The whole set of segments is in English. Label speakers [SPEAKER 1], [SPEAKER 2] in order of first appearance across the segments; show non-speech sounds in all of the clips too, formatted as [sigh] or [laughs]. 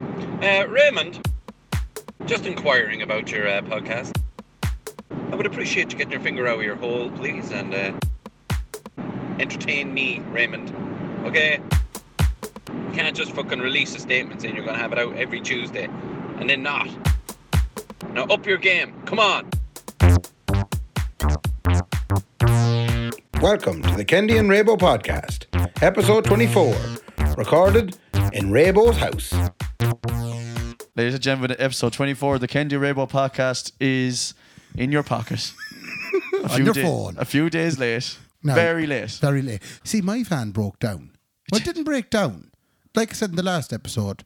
[SPEAKER 1] Uh, Raymond, just inquiring about your uh, podcast. I would appreciate you getting your finger out of your hole, please, and uh, entertain me, Raymond. Okay? You can't just fucking release a statement saying you're going to have it out every Tuesday and then not. Now up your game. Come on.
[SPEAKER 2] Welcome to the Kendi and Rabo podcast, episode 24, recorded in Rabo's house.
[SPEAKER 3] Ladies and gentlemen, episode 24 of the Kendi Rabo podcast is in your
[SPEAKER 4] [laughs]
[SPEAKER 3] pocket. A
[SPEAKER 4] your
[SPEAKER 3] da-
[SPEAKER 4] phone.
[SPEAKER 3] A few days late.
[SPEAKER 4] No.
[SPEAKER 3] Very late.
[SPEAKER 4] Very late. See, my van broke down. Well, it didn't break down. Like I said in the last episode,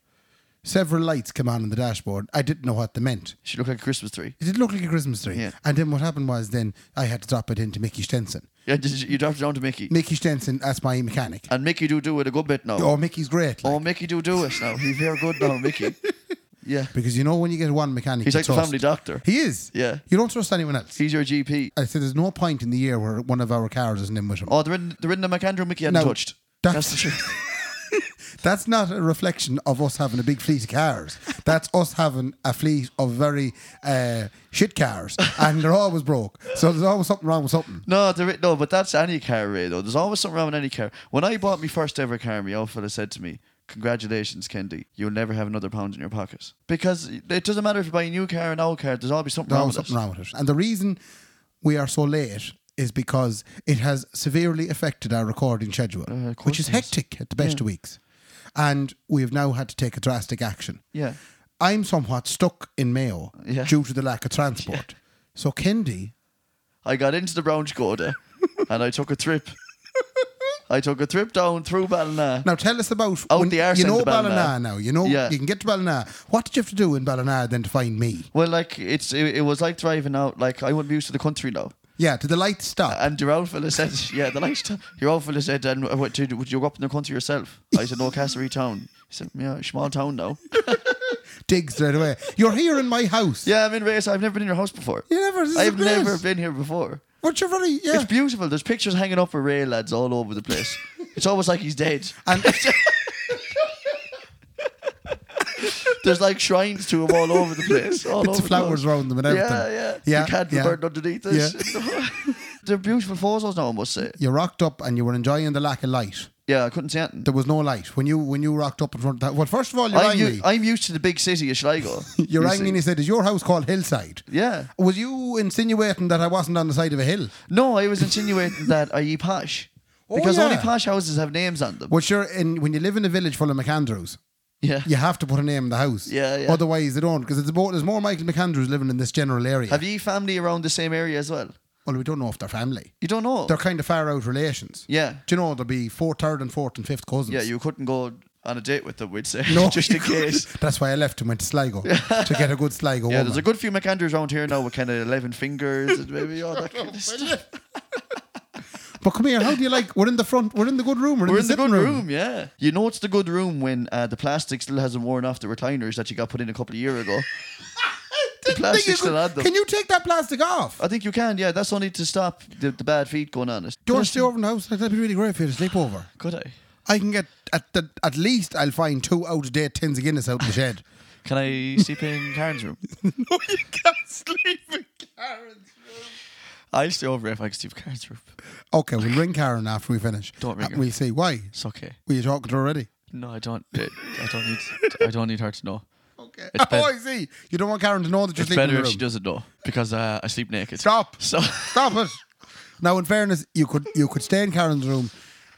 [SPEAKER 4] several lights came on in the dashboard. I didn't know what they meant.
[SPEAKER 3] She looked like a Christmas tree.
[SPEAKER 4] It didn't look like a Christmas tree.
[SPEAKER 3] Yeah.
[SPEAKER 4] And then what happened was then I had to drop it into Mickey Stenson.
[SPEAKER 3] Yeah, did you you dropped it down to Mickey.
[SPEAKER 4] Mickey Stenson, that's my mechanic.
[SPEAKER 3] and Mickey do do it a good bit now.
[SPEAKER 4] Oh, Mickey's great. like,
[SPEAKER 3] Oh, Mickey do do it now. He's very good now,
[SPEAKER 4] [laughs]
[SPEAKER 3] Mickey. Yeah.
[SPEAKER 4] Because you know when you get one mechanic,
[SPEAKER 3] He's
[SPEAKER 4] you
[SPEAKER 3] like the
[SPEAKER 4] trust.
[SPEAKER 3] family doctor.
[SPEAKER 4] He is.
[SPEAKER 3] Yeah.
[SPEAKER 4] You don't trust anyone else.
[SPEAKER 3] He's your GP.
[SPEAKER 4] I said there's no point in the year where one of our cars isn't in with him.
[SPEAKER 3] Oh, they're in, they're in the McAndrew Mickey hadn't
[SPEAKER 4] No,
[SPEAKER 3] touched.
[SPEAKER 4] that's-
[SPEAKER 3] the truth.
[SPEAKER 4] That's not a reflection of us having a big fleet of cars. That's us having a fleet of very uh, shit cars, and they're always broke. So there's always something wrong with something.
[SPEAKER 3] No, there, i- no, but that's any car, Ray, though. There's always something wrong with any car. When I bought my first ever car, my old fella said to me, Congratulations, Kendi. You'll never have another pound in your pocket. Because it doesn't matter if you buy a new car or an old car, there's always something
[SPEAKER 4] There's
[SPEAKER 3] wrong
[SPEAKER 4] always
[SPEAKER 3] with
[SPEAKER 4] something
[SPEAKER 3] it.
[SPEAKER 4] wrong with it. And the reason we are so late is because it has severely affected our recording schedule, which is hectic at the best of weeks. And we have now had to take a drastic action.
[SPEAKER 3] Yeah.
[SPEAKER 4] I'm somewhat stuck in Mayo
[SPEAKER 3] Yeah.
[SPEAKER 4] due to the lack of transport. So Kendi
[SPEAKER 3] I got into the brown Skoda and I took a
[SPEAKER 4] [laughs]
[SPEAKER 3] trip. I took a trip down through Ballina.
[SPEAKER 4] Now tell us about
[SPEAKER 3] Out Oh, the arse
[SPEAKER 4] you
[SPEAKER 3] end
[SPEAKER 4] know
[SPEAKER 3] of Ballina.
[SPEAKER 4] Ballina now. You know
[SPEAKER 3] Yeah.
[SPEAKER 4] you can get to Ballina. What did you have to do in Ballina then to find me?
[SPEAKER 3] Well, like it's it, it was like driving out. Like I wouldn't be used to the country now.
[SPEAKER 4] Yeah, did the lights stop?
[SPEAKER 3] And your old fella said, [laughs] "Yeah, the lights." Your old fella said, "And uh, what, did, would you go up in the country yourself?" I said, "No, Castlereagh town." He said, "Yeah, small town now."
[SPEAKER 4] Dig straight away. You're here in my house.
[SPEAKER 3] yeah, I'm in race. I've never been in your house before.
[SPEAKER 4] You never. This
[SPEAKER 3] I've
[SPEAKER 4] is great.
[SPEAKER 3] never been here before.
[SPEAKER 4] But you're very yeah.
[SPEAKER 3] It's beautiful. There's pictures hanging up of Ray lads all over the place. it's almost like he's
[SPEAKER 4] [laughs]
[SPEAKER 3] dead.
[SPEAKER 4] and
[SPEAKER 3] There's like shrines to him all over the place. All
[SPEAKER 4] bits
[SPEAKER 3] over
[SPEAKER 4] of flowers
[SPEAKER 3] the
[SPEAKER 4] around them and everything.
[SPEAKER 3] Yeah, yeah.
[SPEAKER 4] yeah.
[SPEAKER 3] the candle
[SPEAKER 4] yeah.
[SPEAKER 3] burned underneath us. [laughs]
[SPEAKER 4] [laughs]
[SPEAKER 3] They're beautiful photos now, I must say.
[SPEAKER 4] You rocked up and you were enjoying the lack of light.
[SPEAKER 3] Yeah, I couldn't see anything.
[SPEAKER 4] There was no light when you when you rocked up in front of that. Well, first of all, you
[SPEAKER 3] I'm,
[SPEAKER 4] rang
[SPEAKER 3] u-
[SPEAKER 4] me.
[SPEAKER 3] I'm used to the big city of
[SPEAKER 4] [laughs]
[SPEAKER 3] Sligo.
[SPEAKER 4] you rang
[SPEAKER 3] see.
[SPEAKER 4] me and you said, "Is your house called Hillside?"
[SPEAKER 3] Yeah.
[SPEAKER 4] Was you insinuating that I wasn't on the side of a hill?
[SPEAKER 3] No, I was insinuating that I eat posh.
[SPEAKER 4] Oh,
[SPEAKER 3] Because
[SPEAKER 4] yeah.
[SPEAKER 3] only posh houses have names on them.
[SPEAKER 4] Well, sure. In when you live in a village full of McAndrews,
[SPEAKER 3] Yeah.
[SPEAKER 4] you have to put a name in the house.
[SPEAKER 3] Yeah, yeah.
[SPEAKER 4] Otherwise, they don't because it's about there's more Michael McAndrews living in this general area.
[SPEAKER 3] Have you family around the same area as well?
[SPEAKER 4] well, we don't know if they're family.
[SPEAKER 3] You don't know.
[SPEAKER 4] They're kind of far out relations.
[SPEAKER 3] Yeah.
[SPEAKER 4] Do you know there'll be four, third, and fourth and fifth cousins?
[SPEAKER 3] Yeah, you couldn't go on a date with them, we'd say.
[SPEAKER 4] [laughs]
[SPEAKER 3] [laughs]
[SPEAKER 4] No,
[SPEAKER 3] just
[SPEAKER 4] you
[SPEAKER 3] in case.
[SPEAKER 4] couldn't. Oh That's why I left and went to
[SPEAKER 3] [laughs]
[SPEAKER 4] Sligo to get a good Sligo
[SPEAKER 3] Yeah,
[SPEAKER 4] woman.
[SPEAKER 3] there's a good few McAndrews around here now with kind of 11 fingers and maybe all that kind
[SPEAKER 4] [laughs]
[SPEAKER 3] of stuff.
[SPEAKER 4] but come here, how do you like? We're in the front. We're in the good room. We're,
[SPEAKER 3] We're in
[SPEAKER 4] in
[SPEAKER 3] the
[SPEAKER 4] sitting
[SPEAKER 3] good room. yeah. You know it's the good room when uh, the plastic still hasn't worn off the recliners that you got put in a couple of years ago. the
[SPEAKER 4] Think you
[SPEAKER 3] plastic still Uh,
[SPEAKER 4] could-
[SPEAKER 3] had them.
[SPEAKER 4] Can you take that plastic off?
[SPEAKER 3] I think you can, yeah. That's only to stop the, the bad feet going on it.
[SPEAKER 4] do you want to stay over in the house? That'd be really great for you to sleep over.
[SPEAKER 3] Could I?
[SPEAKER 4] I can get at the, at least I'll find two out of date tins of Guinness out
[SPEAKER 3] [laughs]
[SPEAKER 4] in the shed.
[SPEAKER 3] Can I sleep in Karen's room?
[SPEAKER 4] [laughs] no, you can't sleep in Karen's room.
[SPEAKER 3] I'll stay over if I can sleep in Karen's room.
[SPEAKER 4] Okay, we'll ring Karen after we finish.
[SPEAKER 3] Don't ring
[SPEAKER 4] Uh,
[SPEAKER 3] her.
[SPEAKER 4] We'll see why.
[SPEAKER 3] It's okay.
[SPEAKER 4] Were you talking to her already?
[SPEAKER 3] No, I don't. I I don't need. I don't need her to know.
[SPEAKER 4] Okay.
[SPEAKER 3] It's
[SPEAKER 4] [laughs] oh,
[SPEAKER 3] bet-
[SPEAKER 4] I see. You don't want Karen to know that you're
[SPEAKER 3] It's
[SPEAKER 4] sleeping in
[SPEAKER 3] better
[SPEAKER 4] the
[SPEAKER 3] if
[SPEAKER 4] room.
[SPEAKER 3] she doesn't know because uh, I sleep naked.
[SPEAKER 4] Stop.
[SPEAKER 3] So [laughs]
[SPEAKER 4] Stop it. Now, in fairness, you could you could stay in Karen's room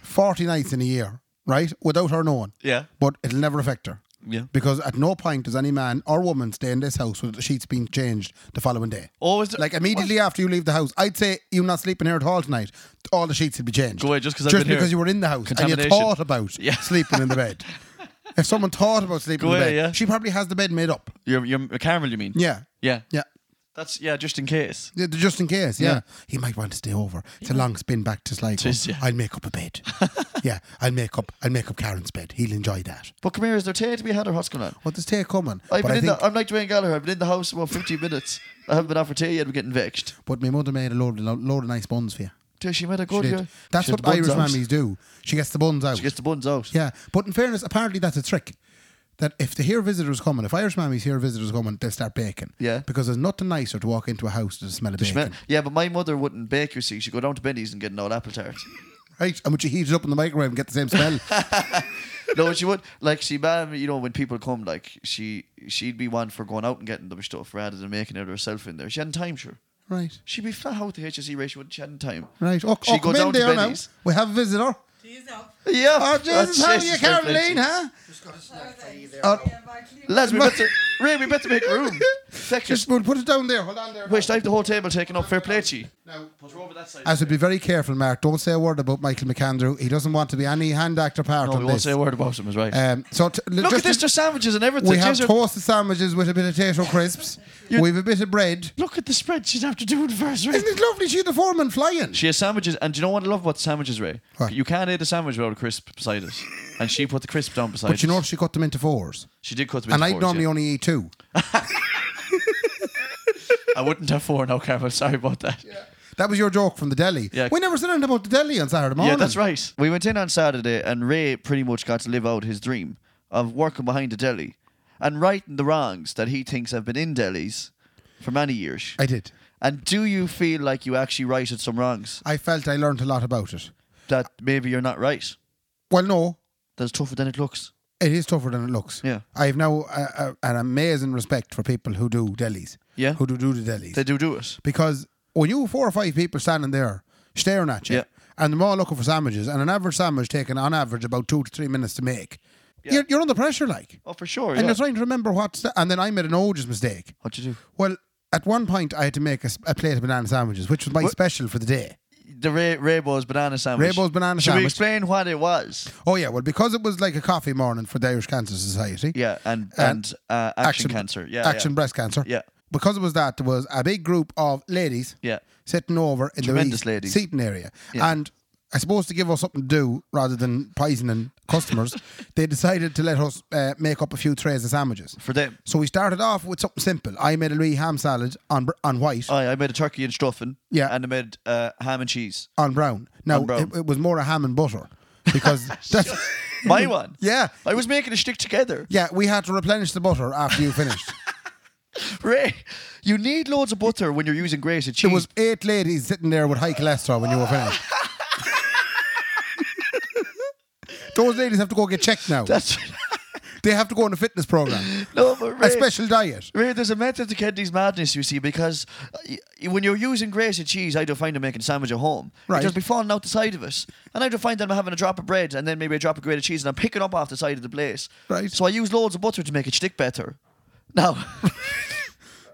[SPEAKER 4] forty nights in a year, right, without her knowing.
[SPEAKER 3] Yeah.
[SPEAKER 4] But it'll never affect her.
[SPEAKER 3] Yeah.
[SPEAKER 4] Because at no point does any man or woman stay in this house with the sheets being changed the following day.
[SPEAKER 3] Oh, is there-
[SPEAKER 4] like immediately after you leave the house, I'd say you're not sleeping here at all tonight. All the sheets will be changed.
[SPEAKER 3] Go away, just 'cause I've been here.
[SPEAKER 4] because you were in the house and you
[SPEAKER 3] Contamination.
[SPEAKER 4] thought about
[SPEAKER 3] Yeah. [laughs]
[SPEAKER 4] sleeping in the bed. If someone thought about sleeping
[SPEAKER 3] Go
[SPEAKER 4] in the
[SPEAKER 3] away,
[SPEAKER 4] bed,
[SPEAKER 3] yeah.
[SPEAKER 4] she probably has the bed made up.
[SPEAKER 3] you're you're a Carmel, you mean?
[SPEAKER 4] Yeah.
[SPEAKER 3] Yeah.
[SPEAKER 4] Yeah.
[SPEAKER 3] That's yeah, just in case.
[SPEAKER 4] Yeah, just in case, yeah. He might want to stay over. It's a long spin back to Sligo.
[SPEAKER 3] Tis, yeah.
[SPEAKER 4] I'll make up
[SPEAKER 3] [laughs]
[SPEAKER 4] a bed. yeah, I'll make up. I'll make up Karen's bed. He'll enjoy that.
[SPEAKER 3] But come here, is there tea to be had or what's going on?
[SPEAKER 4] What does Tay coming?
[SPEAKER 3] I've
[SPEAKER 4] but
[SPEAKER 3] been
[SPEAKER 4] I
[SPEAKER 3] in
[SPEAKER 4] think,
[SPEAKER 3] the, I'm like Dwayne Gallagher. I've been in the house about 15 minutes. I haven't been out for tea yet. I'm getting vexed.
[SPEAKER 4] but my mother made a load, of load of nice buns for you.
[SPEAKER 3] Dude, She made a
[SPEAKER 4] She
[SPEAKER 3] good.
[SPEAKER 4] did.
[SPEAKER 3] yeah.
[SPEAKER 4] That's
[SPEAKER 3] She had
[SPEAKER 4] what
[SPEAKER 3] the buns
[SPEAKER 4] Irish
[SPEAKER 3] out.
[SPEAKER 4] mammies do. She gets the buns out.
[SPEAKER 3] She gets the buns out.
[SPEAKER 4] yeah, but in fairness, apparently that's a trick. that if they hear visitors coming, if Irish mammies hear visitors coming, they'll start baking.
[SPEAKER 3] Yeah.
[SPEAKER 4] Because there's nothing nicer to walk into a house to smell of
[SPEAKER 3] The
[SPEAKER 4] bacon.
[SPEAKER 3] schme- yeah, but my mother wouldn't bake, you see. She'd go down to Benny's and get an old apple tart.
[SPEAKER 4] Right? And would you heat it up in the microwave and get the same
[SPEAKER 3] [laughs]
[SPEAKER 4] smell?
[SPEAKER 3] no, she would. Like, she, man, you know, when people come, like, she, she'd be one for going out and getting them stuff rather than making it herself in there. She hadn't time, sure.
[SPEAKER 4] right.
[SPEAKER 3] She'd be flat out the HSE ratio when she hadn't time.
[SPEAKER 4] Right. Oh, oh,
[SPEAKER 3] She'd go
[SPEAKER 4] come in
[SPEAKER 3] down to
[SPEAKER 4] there now.
[SPEAKER 3] Benny's.
[SPEAKER 4] We have a visitor.
[SPEAKER 5] He's up.
[SPEAKER 3] Yeah.
[SPEAKER 4] Oh, Jesus, how are
[SPEAKER 3] Jesus,
[SPEAKER 4] you,
[SPEAKER 3] fair play
[SPEAKER 4] Caroline,
[SPEAKER 3] to you.
[SPEAKER 4] huh?
[SPEAKER 5] Oh.
[SPEAKER 3] Lads, we better, Ray, we better make
[SPEAKER 4] [laughs]
[SPEAKER 3] room. Feck
[SPEAKER 4] Just
[SPEAKER 3] it.
[SPEAKER 4] we'll put it down there. Hold on there.
[SPEAKER 3] Wish I have the whole table taken up. Fair play to you.
[SPEAKER 4] Now,
[SPEAKER 3] over that side.
[SPEAKER 4] I should be very careful, Mark. Don't say a word about Michael McAndrew. He doesn't want to be any hand actor part
[SPEAKER 3] No,
[SPEAKER 4] of
[SPEAKER 3] we won't
[SPEAKER 4] this.
[SPEAKER 3] say a word about him, is right.
[SPEAKER 4] Um, so t-
[SPEAKER 3] Look
[SPEAKER 4] just
[SPEAKER 3] at this, there's sandwiches and everything.
[SPEAKER 4] We have
[SPEAKER 3] Jeez,
[SPEAKER 4] toasted sandwiches with a bit of tato
[SPEAKER 3] [laughs]
[SPEAKER 4] crisps. We've a bit of bread.
[SPEAKER 3] Look at the spread she'd have to do it first, Ray.
[SPEAKER 4] Isn't it lovely? She had the foreman flying.
[SPEAKER 3] She has sandwiches, and do you know what I love about sandwiches, Ray?
[SPEAKER 4] What?
[SPEAKER 3] You can't eat a sandwich without a crisp beside it. And she put the crisp down beside
[SPEAKER 4] but you know
[SPEAKER 3] us.
[SPEAKER 4] she cut them into fours.
[SPEAKER 3] She did cut them
[SPEAKER 4] And
[SPEAKER 3] into
[SPEAKER 4] I'd
[SPEAKER 3] fours,
[SPEAKER 4] normally
[SPEAKER 3] yeah.
[SPEAKER 4] only eat two.
[SPEAKER 3] I wouldn't have four now, Carmel. Sorry about that. Yeah.
[SPEAKER 4] That was your joke from the deli.
[SPEAKER 3] Yeah.
[SPEAKER 4] We never said anything about the deli on Saturday morning.
[SPEAKER 3] that's right. We went in on Saturday, and Ray pretty much got to live out his dream of working behind a deli and righting the wrongs that he thinks have been in delis for many years.
[SPEAKER 4] I did.
[SPEAKER 3] and do you feel like you actually righted some wrongs
[SPEAKER 4] I felt I learned a lot about it.
[SPEAKER 3] that maybe you're not right?
[SPEAKER 4] Well, no,
[SPEAKER 3] That's tougher than it looks.
[SPEAKER 4] it is tougher than it looks.
[SPEAKER 3] Yeah.
[SPEAKER 4] I have now uh, uh, an amazing respect for people who do delis.
[SPEAKER 3] Yeah.
[SPEAKER 4] Who do do the delis.
[SPEAKER 3] They do do it.
[SPEAKER 4] because when you have four or five people standing there staring at you,
[SPEAKER 3] Yeah.
[SPEAKER 4] and they're all looking for sandwiches, and an average sandwich taking on average about two to three minutes to make, you're, you're under pressure, like,
[SPEAKER 3] Oh, for sure.
[SPEAKER 4] and
[SPEAKER 3] yeah.
[SPEAKER 4] you're trying to remember what's. The, and then I made an odious mistake.
[SPEAKER 3] What'd you do?
[SPEAKER 4] Well, at one point I had to make a, s- a plate of banana sandwiches, which was my special for the day.
[SPEAKER 3] the Ray, Rainbow's banana sandwich.
[SPEAKER 4] Rainbow's banana
[SPEAKER 3] Should we
[SPEAKER 4] sandwich.
[SPEAKER 3] explain what it was?
[SPEAKER 4] Oh yeah, well because it was like a coffee morning for the Irish Cancer Society.
[SPEAKER 3] Yeah, and
[SPEAKER 4] And
[SPEAKER 3] and uh, action, cancer. Yeah,
[SPEAKER 4] action breast cancer.
[SPEAKER 3] Yeah.
[SPEAKER 4] Because it was that, there was a big group of ladies
[SPEAKER 3] Yeah.
[SPEAKER 4] sitting over in
[SPEAKER 3] Tremendous
[SPEAKER 4] the
[SPEAKER 3] ladies.
[SPEAKER 4] seating area. And I suppose to give us something to do rather than poisoning
[SPEAKER 3] [laughs]
[SPEAKER 4] customers, they decided to let us uh, make up a few trays of sandwiches.
[SPEAKER 3] For them.
[SPEAKER 4] So we started off with something simple. I made a Louis ham salad on, br- on white,
[SPEAKER 3] I, I made a turkey and stuffing.
[SPEAKER 4] Yeah.
[SPEAKER 3] and I made uh, ham and cheese.
[SPEAKER 4] on brown. Now,
[SPEAKER 3] On brown.
[SPEAKER 4] It, it was more a ham and butter
[SPEAKER 3] [laughs]
[SPEAKER 4] because that's.
[SPEAKER 3] My one.
[SPEAKER 4] Yeah.
[SPEAKER 3] I was making a stick together.
[SPEAKER 4] Yeah, we had to replenish the butter after you finished.
[SPEAKER 3] Ray, you need loads of butter when you're using grated cheese.
[SPEAKER 4] There was eight ladies sitting there with high cholesterol when you
[SPEAKER 3] [laughs]
[SPEAKER 4] were finished. Those ladies have to go get checked now.
[SPEAKER 3] That's [laughs]
[SPEAKER 4] they have to go on a fitness program,
[SPEAKER 3] no, but Ray,
[SPEAKER 4] a special diet.
[SPEAKER 3] Ray, there's a method to Kennedy's madness, you see, because uh, y- when you're using grated cheese, I do find I'm making a sandwich at home.
[SPEAKER 4] Right.
[SPEAKER 3] It just be falling out the side of it. And I do find that I'm having a drop of bread and then maybe a drop of grated cheese and I'm picking up off the side of the place.
[SPEAKER 4] Right.
[SPEAKER 3] So I use loads of butter to make it stick better. Now, [laughs]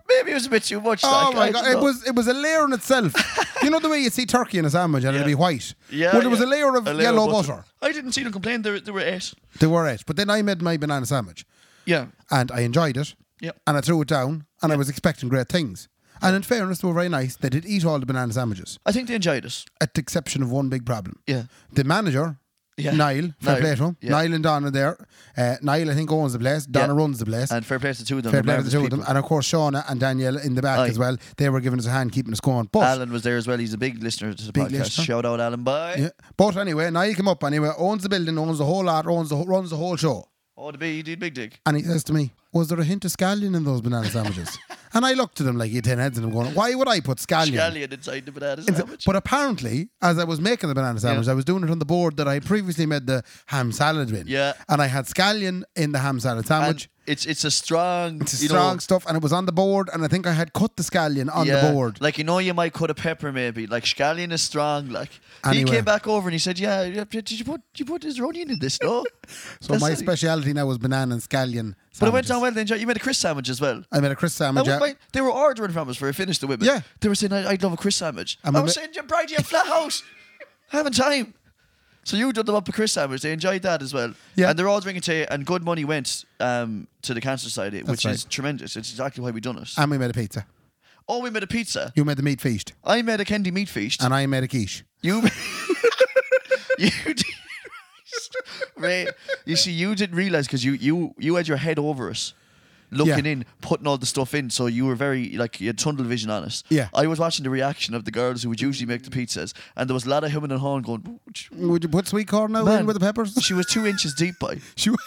[SPEAKER 3] maybe it was a bit too much.
[SPEAKER 4] Oh
[SPEAKER 3] like,
[SPEAKER 4] my
[SPEAKER 3] I don't
[SPEAKER 4] god, it
[SPEAKER 3] know.
[SPEAKER 4] was it was a layer in itself. you know the way you see turkey in a sandwich and it'll be white.
[SPEAKER 3] Yeah,
[SPEAKER 4] Well, there was
[SPEAKER 3] yeah.
[SPEAKER 4] a layer of yellow butter.
[SPEAKER 3] I didn't see them complain. There, there were eight.
[SPEAKER 4] They were it, but then I made my banana sandwich
[SPEAKER 3] Yeah.
[SPEAKER 4] and I enjoyed it.
[SPEAKER 3] Yep.
[SPEAKER 4] And I threw it down and I was expecting great things. And in fairness, they were very nice. They did eat all the banana sandwiches.
[SPEAKER 3] I think they enjoyed it.
[SPEAKER 4] at the exception of one big problem.
[SPEAKER 3] Yeah.
[SPEAKER 4] The manager,
[SPEAKER 3] Yeah.
[SPEAKER 4] Niall, fair
[SPEAKER 3] Niall,
[SPEAKER 4] play to him.
[SPEAKER 3] yeah.
[SPEAKER 4] Niall and Donna there. Uh, Niall, I think, owns the place. Donna
[SPEAKER 3] Yeah.
[SPEAKER 4] runs the place.
[SPEAKER 3] And fair play to the two of them.
[SPEAKER 4] fair
[SPEAKER 3] they're
[SPEAKER 4] play to the
[SPEAKER 3] marvellous
[SPEAKER 4] two of them.
[SPEAKER 3] people.
[SPEAKER 4] And of course, Shauna and Danielle in the back
[SPEAKER 3] Aye.
[SPEAKER 4] as well. They were giving us a hand, keeping us going. But,
[SPEAKER 3] Alan was there as well. He's a big listener to the
[SPEAKER 4] Big
[SPEAKER 3] podcast.
[SPEAKER 4] listener.
[SPEAKER 3] Shout out, Alan. Bye.
[SPEAKER 4] Yeah. but anyway, Niall came up anyway, owns the building, owns the whole lot, owns the, whole- runs the whole show.
[SPEAKER 3] Oh, the big, he did big dig.
[SPEAKER 4] And he says to me, Was there a hint of scallion in those
[SPEAKER 3] [laughs]
[SPEAKER 4] banana sandwiches? and I looked at him like he had 10 heads and I'm going, Why would I put
[SPEAKER 3] Scallion inside the banana
[SPEAKER 4] It's-
[SPEAKER 3] sandwich.
[SPEAKER 4] But apparently, as I was making the banana sandwich, I was doing it on the board that I had previously made the ham salad with.
[SPEAKER 3] Yeah.
[SPEAKER 4] And I had scallion in the ham salad
[SPEAKER 3] And
[SPEAKER 4] sandwich.
[SPEAKER 3] it's it's a strong,
[SPEAKER 4] it's
[SPEAKER 3] you know,
[SPEAKER 4] strong stuff, and it was on the board, and I think I had cut the scallion on
[SPEAKER 3] yeah,
[SPEAKER 4] the board.
[SPEAKER 3] Like you know, you might cut a pepper maybe. Like scallion is strong. Like
[SPEAKER 4] Anyway.
[SPEAKER 3] he came back over and he said, "Yeah, yeah, did you put did you put his onion in this? No."
[SPEAKER 4] [laughs] So
[SPEAKER 3] That's
[SPEAKER 4] my
[SPEAKER 3] it.
[SPEAKER 4] speciality now was banana and scallion. Sandwiches.
[SPEAKER 3] But it went down well. Then you made a crisp sandwich as well.
[SPEAKER 4] I made a crisp
[SPEAKER 3] I
[SPEAKER 4] sandwich.
[SPEAKER 3] wouldn't
[SPEAKER 4] yeah.
[SPEAKER 3] mind- they were ordering from us for a finish, the women.
[SPEAKER 4] Yeah.
[SPEAKER 3] They were saying, I- I'd love a crisp sandwich. i
[SPEAKER 4] I'm a
[SPEAKER 3] was
[SPEAKER 4] bit-
[SPEAKER 3] saying, you're bright, you're flat [laughs] out. Having time. So you done them up a crisp sandwich. They enjoyed that as well.
[SPEAKER 4] Yeah.
[SPEAKER 3] And they're all drinking tea, and good money went um, to the Cancer Society, which is
[SPEAKER 4] right.
[SPEAKER 3] tremendous. It's exactly why we done it.
[SPEAKER 4] And we made a pizza.
[SPEAKER 3] oh, we made a pizza.
[SPEAKER 4] You made the meat feast,
[SPEAKER 3] I made a candy meat feast.
[SPEAKER 4] and I made a quiche.
[SPEAKER 3] you. [laughs] you did. Ray, you see, you didn't realize because you, you, you had your head over us. Looking
[SPEAKER 4] Yeah.
[SPEAKER 3] in, putting all the stuff in, so you were very like you had tunnel vision on us.
[SPEAKER 4] Yeah.
[SPEAKER 3] I was watching the reaction of the girls who would usually make the pizzas, and there was a lot of him and hon going. "Ooh, ch-
[SPEAKER 4] Would you put sweet corn now in
[SPEAKER 3] man."
[SPEAKER 4] with the peppers?
[SPEAKER 3] She was two inches deep by.
[SPEAKER 4] [laughs] She was.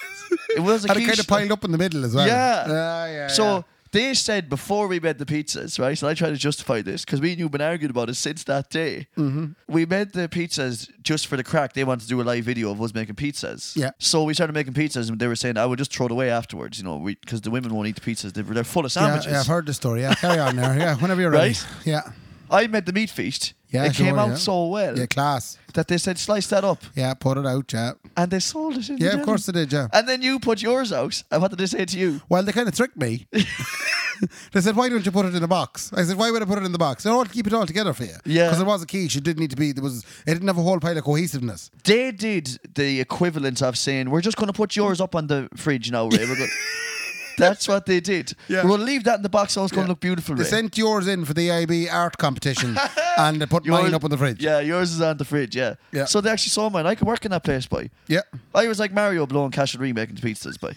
[SPEAKER 3] It was a
[SPEAKER 4] Had it
[SPEAKER 3] quiche. uh,
[SPEAKER 4] kind of piled up in the middle as well.
[SPEAKER 3] Yeah.
[SPEAKER 4] Ah, yeah,
[SPEAKER 3] so
[SPEAKER 4] yeah.
[SPEAKER 3] they said before we made the pizzas, right? So I try to justify this because we and you've been arguing about it since that day. Mm-hmm. We made the pizzas just for the crack. They wanted to do a live video of us making pizzas.
[SPEAKER 4] Yeah.
[SPEAKER 3] So we started making pizzas, and they were saying I would just throw it away afterwards, you know, because the women won't eat the pizzas. They're, they're full of
[SPEAKER 4] Yeah,
[SPEAKER 3] sandwiches.
[SPEAKER 4] yeah, I've heard the story. Yeah, carry on there. Yeah, whenever you're ready.
[SPEAKER 3] Right?
[SPEAKER 4] Yeah.
[SPEAKER 3] I made the meat feast.
[SPEAKER 4] Yeah,
[SPEAKER 3] it
[SPEAKER 4] sure,
[SPEAKER 3] came out
[SPEAKER 4] yeah.
[SPEAKER 3] so well
[SPEAKER 4] Yeah, class.
[SPEAKER 3] that they said slice that up,
[SPEAKER 4] Yeah, put it out, yeah.
[SPEAKER 3] and they sold it. In
[SPEAKER 4] Yeah,
[SPEAKER 3] the
[SPEAKER 4] of course they
[SPEAKER 3] end.
[SPEAKER 4] did, yeah.
[SPEAKER 3] And then you put yours out, and what did they say to you?
[SPEAKER 4] Well, they kind of
[SPEAKER 3] [laughs]
[SPEAKER 4] tricked me. they said, "Why don't you put it in a box?" I said, "Why would I put it in the box? I'll keep it all together for you."
[SPEAKER 3] Yeah.
[SPEAKER 4] because it was a quiche. It didn't need to be. There was. It didn't have a whole pile of cohesiveness.
[SPEAKER 3] They did the equivalent of saying, "We're just going to put yours up on the fridge now, Ray."
[SPEAKER 4] [laughs]
[SPEAKER 3] We're going That's what they did.
[SPEAKER 4] Yeah.
[SPEAKER 3] We'll leave that in the box, so it's going to look beautiful.
[SPEAKER 4] They
[SPEAKER 3] Ray.
[SPEAKER 4] sent yours in for the AIB art
[SPEAKER 3] [laughs]
[SPEAKER 4] competition, and they put mine
[SPEAKER 3] Yours-
[SPEAKER 4] up on the fridge.
[SPEAKER 3] Yeah, yours is on the fridge. Yeah.
[SPEAKER 4] Yeah.
[SPEAKER 3] So they actually saw mine. I could work in that place, boy.
[SPEAKER 4] Yeah.
[SPEAKER 3] I was like Mario blowing cash and remaking the pizzas,
[SPEAKER 4] [laughs]
[SPEAKER 3] boy.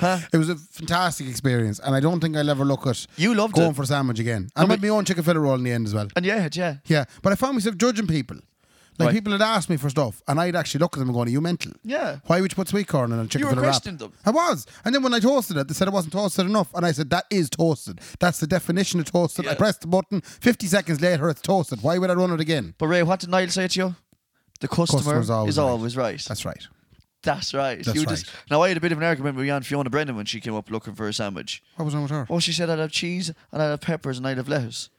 [SPEAKER 4] It was a fantastic experience, and I don't think I'll ever look at
[SPEAKER 3] You loved
[SPEAKER 4] going
[SPEAKER 3] it.
[SPEAKER 4] for a sandwich again. I made my own chicken fillet roll in the end as well.
[SPEAKER 3] and yeah, yeah.
[SPEAKER 4] Yeah, but I found myself judging people. Like
[SPEAKER 3] Right.
[SPEAKER 4] people had asked me for stuff, and I'd actually look at them and go, "Are you mental?
[SPEAKER 3] Yeah.
[SPEAKER 4] Why would you put sweet corn in a chicken
[SPEAKER 3] You were
[SPEAKER 4] fillet wrap?"
[SPEAKER 3] questioning them.
[SPEAKER 4] I was, and then when I toasted it, they said it wasn't toasted enough, and I said that is toasted. That's the definition of toasted. I
[SPEAKER 3] Yeah.
[SPEAKER 4] pressed the button. Fifty seconds later, it's toasted. Why would I run it again?
[SPEAKER 3] But Ray, what did Niall say to you? The customer
[SPEAKER 4] Customer's always
[SPEAKER 3] is
[SPEAKER 4] right.
[SPEAKER 3] always right. That's,
[SPEAKER 4] That's right.
[SPEAKER 3] right.
[SPEAKER 4] That's
[SPEAKER 3] you just
[SPEAKER 4] right.
[SPEAKER 3] now I had a bit of an argument with Jan Fiona Brennan when she came up looking for a sandwich.
[SPEAKER 4] What was wrong with her?
[SPEAKER 3] Oh, she said I'd have cheese and I'd have peppers and I'd have lettuce.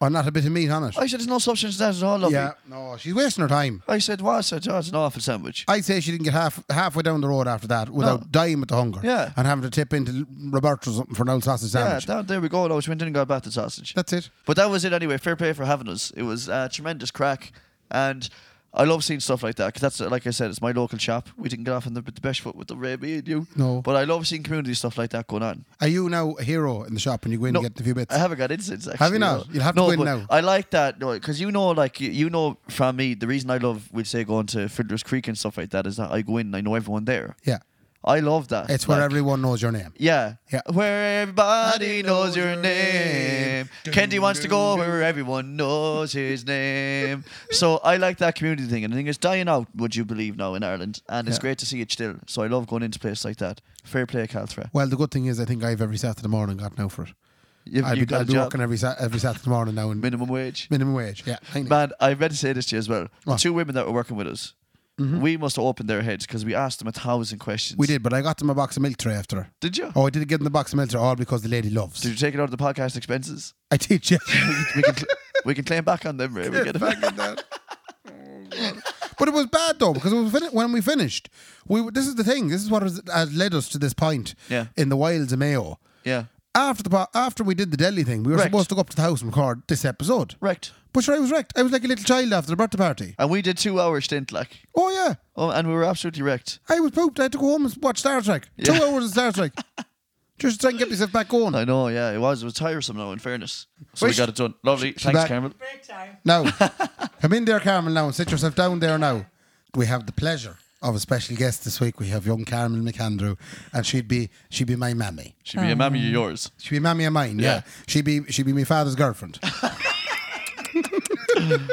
[SPEAKER 4] Or not a bit of meat on it?
[SPEAKER 3] I said there's no substance to that at all, lovely.
[SPEAKER 4] yeah, no, she's wasting her time.
[SPEAKER 3] I said, what? I said, oh, it's an awful sandwich.
[SPEAKER 4] I'd say she didn't get half halfway down the road after that without
[SPEAKER 3] No.
[SPEAKER 4] dying with the hunger
[SPEAKER 3] Yeah.
[SPEAKER 4] and having to tip into Roberto's or something for an old sausage
[SPEAKER 3] yeah,
[SPEAKER 4] sandwich.
[SPEAKER 3] down there we go. No, she went in and got back the sausage.
[SPEAKER 4] That's it.
[SPEAKER 3] But that was it anyway. Fair play for having us. It was uh, tremendous crack, and I love seeing stuff like that because that's uh, like I said, it's my local shop. We didn't get off on the, the best foot with the Raby and you.
[SPEAKER 4] No.
[SPEAKER 3] but I love seeing community stuff like that going on.
[SPEAKER 4] Are you now a hero in the shop and you go in
[SPEAKER 3] No,
[SPEAKER 4] and get a few bits?
[SPEAKER 3] I haven't got in since. Actually,
[SPEAKER 4] you not?
[SPEAKER 3] no.
[SPEAKER 4] You'll have to
[SPEAKER 3] no,
[SPEAKER 4] go in
[SPEAKER 3] but
[SPEAKER 4] now.
[SPEAKER 3] I like that because you know, like you, you know, from me, the reason I love we'd say going to Fiddler's Creek and stuff like that is that I go in and I know everyone there.
[SPEAKER 4] yeah.
[SPEAKER 3] I love that.
[SPEAKER 4] It's where
[SPEAKER 3] Like,
[SPEAKER 4] everyone knows your name.
[SPEAKER 3] Yeah.
[SPEAKER 4] Yeah.
[SPEAKER 3] Where everybody knows your name. Kendi wants to go where everyone knows
[SPEAKER 4] [laughs]
[SPEAKER 3] his name. so I like that community thing. And I think it's dying out, would you believe, now in Ireland. And it's
[SPEAKER 4] Yeah.
[SPEAKER 3] great to see it still. So I love going into places like that. Fair play, Calthra.
[SPEAKER 4] Well, the good thing is, I think I've every Saturday morning got now for it.
[SPEAKER 3] You've,
[SPEAKER 4] I'll
[SPEAKER 3] you've
[SPEAKER 4] be, I'll
[SPEAKER 3] got a
[SPEAKER 4] be
[SPEAKER 3] job.
[SPEAKER 4] working every Sa- every Saturday morning now in
[SPEAKER 3] minimum wage.
[SPEAKER 4] minimum wage. Yeah, thank you.
[SPEAKER 3] Man, I meant to say this to you as well. The
[SPEAKER 4] What? Mm-hmm.
[SPEAKER 3] two women that were working with us, we must have opened their heads because we asked them a thousand questions.
[SPEAKER 4] we did, but I got them a box of milk tray after. her.
[SPEAKER 3] Did you?
[SPEAKER 4] Oh, I didn't get them the box of milk tray all because the lady loves.
[SPEAKER 3] Did you take it out of the podcast expenses?
[SPEAKER 4] I
[SPEAKER 3] [laughs]
[SPEAKER 4] teach you. [laughs]
[SPEAKER 3] we, can cl- we can claim back on them, Ray. We get it back.
[SPEAKER 4] But it was bad though because it was fin- when we finished, we were- this is the thing. This is what has, has led us to this point.
[SPEAKER 3] Yeah.
[SPEAKER 4] In the wilds of Mayo,
[SPEAKER 3] Yeah.
[SPEAKER 4] after the po- after we did the deli thing, we were
[SPEAKER 3] Wrecked.
[SPEAKER 4] supposed to go up to the house and record this episode.
[SPEAKER 3] Wrecked.
[SPEAKER 4] But sure, I was wrecked. I was like a little child after the birthday party.
[SPEAKER 3] And we did two hour stint, like,
[SPEAKER 4] Oh yeah,
[SPEAKER 3] oh, and we were absolutely wrecked.
[SPEAKER 4] I was pooped. I had to go home and watch Star Trek. Two hours of Star Trek.
[SPEAKER 3] [laughs]
[SPEAKER 4] Just to try and get myself back going.
[SPEAKER 3] I know, yeah, it was. It was tiresome now, in fairness. So
[SPEAKER 4] Wait,
[SPEAKER 3] we got it done. Lovely. Thanks,
[SPEAKER 4] back.
[SPEAKER 3] Carmel.
[SPEAKER 5] Break time.
[SPEAKER 4] Now, come in there, Carmel, now, and sit yourself down there now. We have the pleasure of a special guest this week. We have young Carmel McAndrew, and she'd be she'd be my mammy.
[SPEAKER 3] Should be a mammy of
[SPEAKER 4] Oh.
[SPEAKER 3] yours.
[SPEAKER 4] She'd be mammy of mine, yeah.
[SPEAKER 3] Yeah.
[SPEAKER 4] She'd be she'd be my father's girlfriend.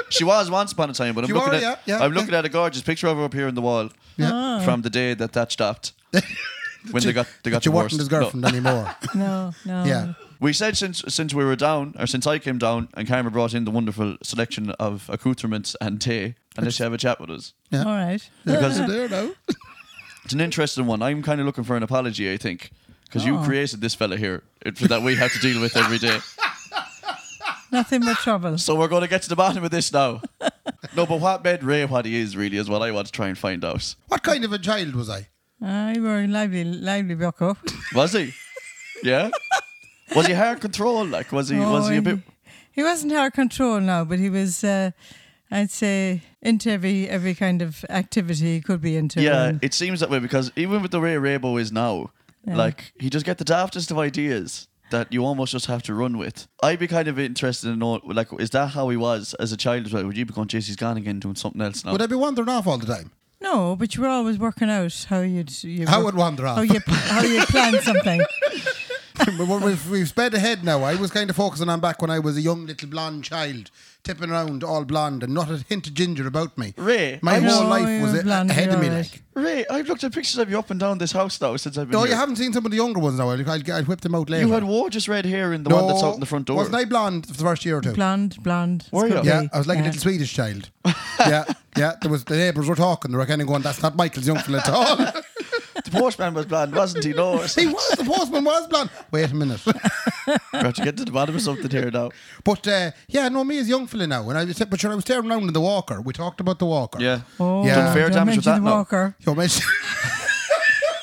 [SPEAKER 3] She was once upon a time, but I'm
[SPEAKER 4] She
[SPEAKER 3] looking
[SPEAKER 4] were,
[SPEAKER 3] at
[SPEAKER 4] yeah, yeah,
[SPEAKER 3] I'm
[SPEAKER 4] yeah.
[SPEAKER 3] looking at a gorgeous picture of her up here on the wall from the day that that
[SPEAKER 4] [laughs]
[SPEAKER 3] stopped. when they got they got
[SPEAKER 4] She
[SPEAKER 3] divorced.
[SPEAKER 4] wasn't his
[SPEAKER 3] No.
[SPEAKER 4] girlfriend anymore.
[SPEAKER 5] No, no.
[SPEAKER 4] Yeah.
[SPEAKER 3] We said since since we were down, or since I came down, and Carmel brought in the wonderful selection of accoutrements and tea, and let you have a chat with us.
[SPEAKER 5] All right.
[SPEAKER 3] Because
[SPEAKER 4] there now.
[SPEAKER 3] It's an interesting one. I'm kind of looking for an apology, I think, because you created this fella here it- that we have to deal with every day.
[SPEAKER 5] Nothing but trouble.
[SPEAKER 3] So we're going to get to the bottom of this now. no, but what made Ray what he is really is what I want to try and find out.
[SPEAKER 4] What kind of a child was I?
[SPEAKER 5] I you were Uh, a lively,
[SPEAKER 4] [laughs]
[SPEAKER 5] lively bucko.
[SPEAKER 3] Was he? Yeah. Was he hard control? Like, was he? was he a bit?
[SPEAKER 5] He wasn't out of control now, but he was. Uh, I'd say into every every kind of activity he could be into.
[SPEAKER 3] Yeah,
[SPEAKER 5] and-
[SPEAKER 3] it seems that way because even with the way Raybo is now, like he just get the daftest of ideas that you almost just have to run with. I'd be kind of interested in know, like, is that how he was as a child? as well? Would you be going, "Jeez, he's gone again, doing something else now"?
[SPEAKER 4] Would I be wandering off all the time?
[SPEAKER 5] no, but you were always working out how you'd. You
[SPEAKER 4] How
[SPEAKER 5] would
[SPEAKER 4] would wander
[SPEAKER 5] How
[SPEAKER 4] off? [laughs]
[SPEAKER 5] you how you plan something.
[SPEAKER 4] But what we've, we've sped ahead now. I was kind of focusing on back when I was a young little blonde child, tipping around all blonde and not a hint of ginger about me.
[SPEAKER 3] Ray,
[SPEAKER 4] My
[SPEAKER 3] I'm
[SPEAKER 4] whole
[SPEAKER 3] so-
[SPEAKER 5] Oh,
[SPEAKER 4] life was
[SPEAKER 5] you're
[SPEAKER 4] a-
[SPEAKER 5] blonde,
[SPEAKER 4] ahead of me.
[SPEAKER 5] you're
[SPEAKER 4] Like.
[SPEAKER 5] right.
[SPEAKER 3] Ray, I've looked at pictures of you up and down this house now since I've been
[SPEAKER 4] No,
[SPEAKER 3] here.
[SPEAKER 4] you haven't seen some of the younger ones now. I'll, I'll, I'll whip them out later.
[SPEAKER 3] You had gorgeous red hair in the
[SPEAKER 4] no,
[SPEAKER 3] one that's out in the front door.
[SPEAKER 4] Wasn't I blonde for the first year or two?
[SPEAKER 5] Blonde, blonde.
[SPEAKER 3] Were
[SPEAKER 5] It's
[SPEAKER 3] you?
[SPEAKER 5] got
[SPEAKER 4] Yeah,
[SPEAKER 5] me.
[SPEAKER 4] I was like a
[SPEAKER 5] Yeah.
[SPEAKER 4] little Swedish child. yeah, yeah. There was the neighbours were talking. They were kind of going, "That's not Michael's young fella at all." [laughs]
[SPEAKER 3] The postman was blonde, wasn't he? No.
[SPEAKER 4] he was the postman was blonde. Wait a minute.
[SPEAKER 3] we have to get to the bottom of something here now.
[SPEAKER 4] But uh, yeah, no, me as young fella now. And I was, but sure, I was staring around in the walker. We talked about the walker.
[SPEAKER 5] Oh,
[SPEAKER 4] Yeah.
[SPEAKER 5] yeah.
[SPEAKER 4] Done fair
[SPEAKER 3] damage with that
[SPEAKER 5] the
[SPEAKER 3] now.
[SPEAKER 5] walker.
[SPEAKER 4] You mentioned. [laughs]